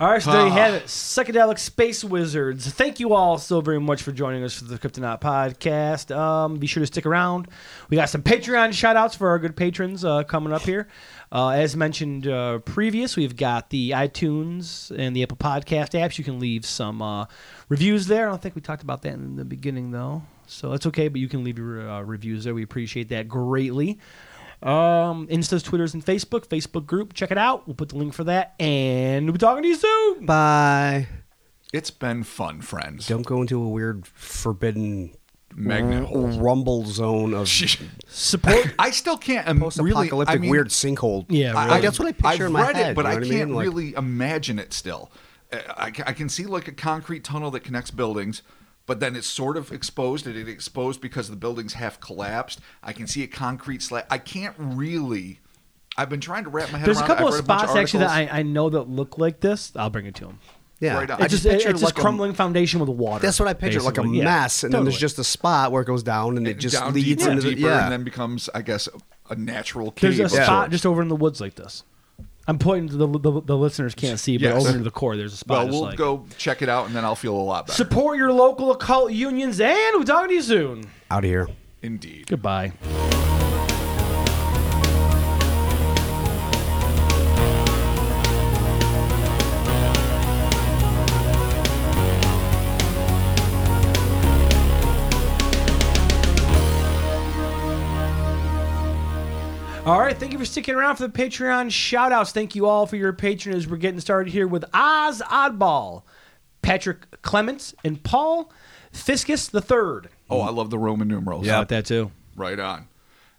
A: All right, so there you have it. Psychedelic Space Wizards. Thank you all so very much for joining us for the Kryptonaut podcast. Um, be sure to stick around. We got some Patreon shout outs for our good patrons uh, coming up here. Uh, as mentioned uh, previous, we've got the iTunes and the Apple Podcast apps. You can leave some uh, reviews there. I don't think we talked about that in the beginning, though. So that's okay, but you can leave your uh, reviews there. We appreciate that greatly. Um, Instas, Twitters, and Facebook. Facebook group. Check it out. We'll put the link for that. And we'll be talking to you soon.
B: Bye.
C: It's been fun, friends.
B: Don't go into a weird forbidden
C: magnet hole.
B: rumble zone of
A: Support.
C: I still can't im-
B: post-apocalyptic
C: really. I mean,
B: weird sinkhole.
A: Yeah,
B: I-
A: really.
B: I, that's what I picture
C: I've
B: in my
C: read
B: head.
C: it, but
B: you know
C: I
B: what
C: can't
B: mean? Like,
C: really imagine it. Still, Uh, I, ca- I can see like a concrete tunnel that connects buildings, but then it's sort of exposed, and it exposed because the buildings have collapsed. I can see a concrete slab. I can't really. I've been trying to wrap my head
A: There's a
C: around.
A: couple
C: it.
A: of
C: I've read bunch
A: spots actually that
C: articles.
A: I, I know that look like this. I'll bring it to them.
B: Yeah,
C: Right on.
B: I
A: It's
B: just
A: just, it-
B: picture
A: it's just
B: like a-
A: crumbling foundation with water.
B: That's what I picture, like a
A: basically. Yeah,
B: mess, and then there's
A: totally.
B: just a spot where it goes down, and it just
C: down
B: leads
C: deeper,
B: into the,
C: deeper
B: yeah.
C: and then becomes, I guess, a natural cave.
A: There's a
C: of
A: spot
C: sorts.
A: just over in the woods like this. I'm pointing to the the, the listeners can't see, but
C: Yes.
A: over to the core, there's a spot.
C: Well,
A: just
C: we'll
A: like,
C: go check it out, and then I'll feel a lot better.
A: Support your local occult unions, and we'll talk to you soon.
B: out of here.
C: Indeed.
A: Goodbye. All right, thank you for sticking around for the Patreon shout outs. Thank you all for your patronage. We're getting started here with Oz Oddball, Patrick Clements, and Paul Fiscus the Third.
C: Oh, I love the Roman numerals.
A: that too.
C: Right on.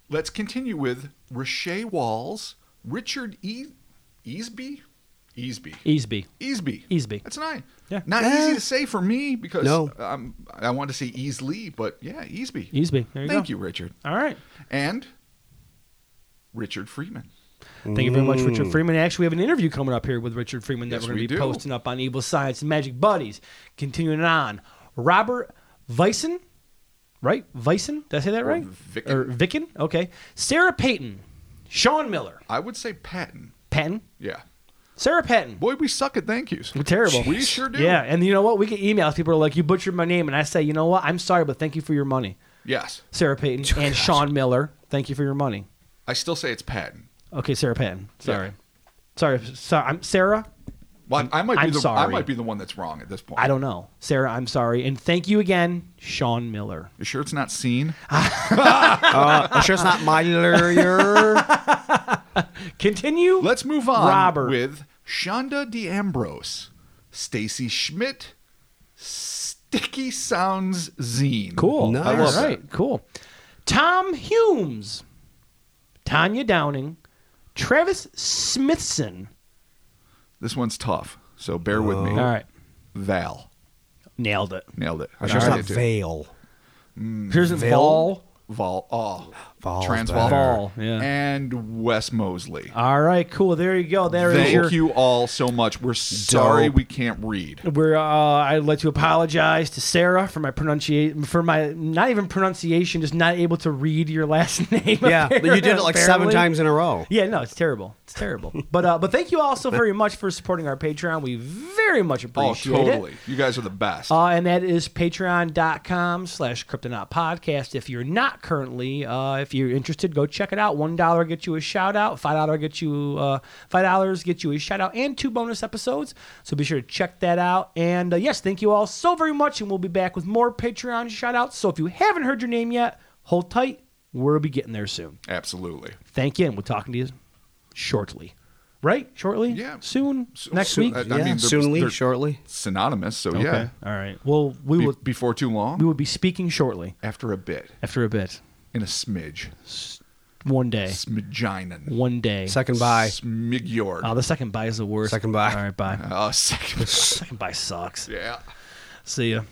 C: Let's continue with Rache Walls, Richard E. Easby? Easby.
A: Easby.
C: Easby.
A: Easby.
C: That's nine.
A: Yeah.
C: Not easy to say for me because
B: No.
C: um, I want to say Easley, but yeah, Easby.
A: Easby. There you
C: Thank
A: go.
C: you, Richard.
A: All right.
C: And Richard Freeman.
A: Thank you very much, Richard Freeman. Actually, we have an interview coming up here with Richard Freeman that
C: Mm. Yes,
A: we're going
C: we
A: to be
C: do.
A: posting up on Evil Science and Magic Buddies. Continuing on, Robert Vyson, right? Vyson, did I say that right?
C: Vicken.
A: Or Vicken? Okay. Sarah Payton, Sean Miller,
C: I would say Patton.
A: Patton,
C: Yeah.
A: Sarah Patton.
C: Boy, we suck at thank yous.
A: We're terrible.
C: We sure do.
A: Yeah, and you know what? We get emails. People are like, "You butchered my name," and I say, "You know what? I'm sorry, but thank you for your money,
C: Yes.
A: Sarah Payton and Sean Miller. Thank you for your money."
C: I still say it's Patton.
A: Okay, Sarah Patton. Sorry. Sorry, sorry. I'm Sarah.
C: Well, I, I might be
A: I'm
C: the I
A: sorry.
C: might be the one that's wrong at this point.
A: I don't know. Sarah, I'm sorry. And thank you again, Sean Miller.
C: You sure it's not seen?
B: Uh, I'm sure it's not my lawyer.
A: Continue.
C: Let's move on
A: Robert.
C: with Shonda D'Ambrose, Stacy Schmidt, Sticky Sounds Zine.
A: cool.
B: Nice.
C: I love
A: All
C: that.
A: right, cool. Tom Humes, Tanya Downing, Travis Smithson.
C: This one's tough, so bear with me.
A: Oh. All right.
C: Val.
A: Nailed it.
C: Nailed it.
B: I'm sure it's
C: All
B: not
C: right.
B: veil.
A: Here's a ball.
C: Vol. Oh.
B: Vol's
C: Transval.
B: better.
A: Vol, yeah.
C: And Wes Mosley.
A: All right, cool. There you go. There is
C: Thank
A: your.
C: you all so much. We're sorry
B: Dope.
C: we can't read.
A: We're, uh, I'd like to apologize to Sarah for my pronunciation, for my not even pronunciation, just not able to read your last name.
B: Yeah, but you did it like seven
A: apparently.
B: times in a row.
A: Yeah, no, it's terrible. It's terrible. but uh, but thank you all so very much for supporting our Patreon. We very much
C: Oh,
A: appreciate
C: totally.
A: it.
C: You guys are the best.
A: Uh, and that is patreon.com slash kryptonaut podcast. If you're not currently, uh, if you're interested, go check it out. One dollar gets you a shout out, five dollar gets you uh, five dollars gets you a shout out and two bonus episodes. So be sure to check that out. And uh, yes, thank you all so very much, and we'll be back with more Patreon shout outs. So if you haven't heard your name yet, hold tight. We'll be getting there soon
C: Absolutely.
A: thank you, and we'll talk to you shortly. Right? Shortly?
C: Yeah.
A: Soon?
C: So-
A: Next
C: so-
A: week?
C: I- I
B: Yeah,
C: mean, they're-
B: soonly,
C: they're
B: shortly.
C: Synonymous, so yeah.
A: Okay. All right. Well, we
C: Be-
A: will
C: before too long,
A: we will be speaking shortly
C: after a bit,
A: after a bit.
C: in a smidge,
A: One day.
C: smidginan,
A: One day.
B: Second by.
C: smigyord.
A: Oh, the second bye is the worst.
B: Second bye.
A: All right, bye.
C: Uh, Oh, second.
A: Second bye sucks.
C: yeah.
A: See ya.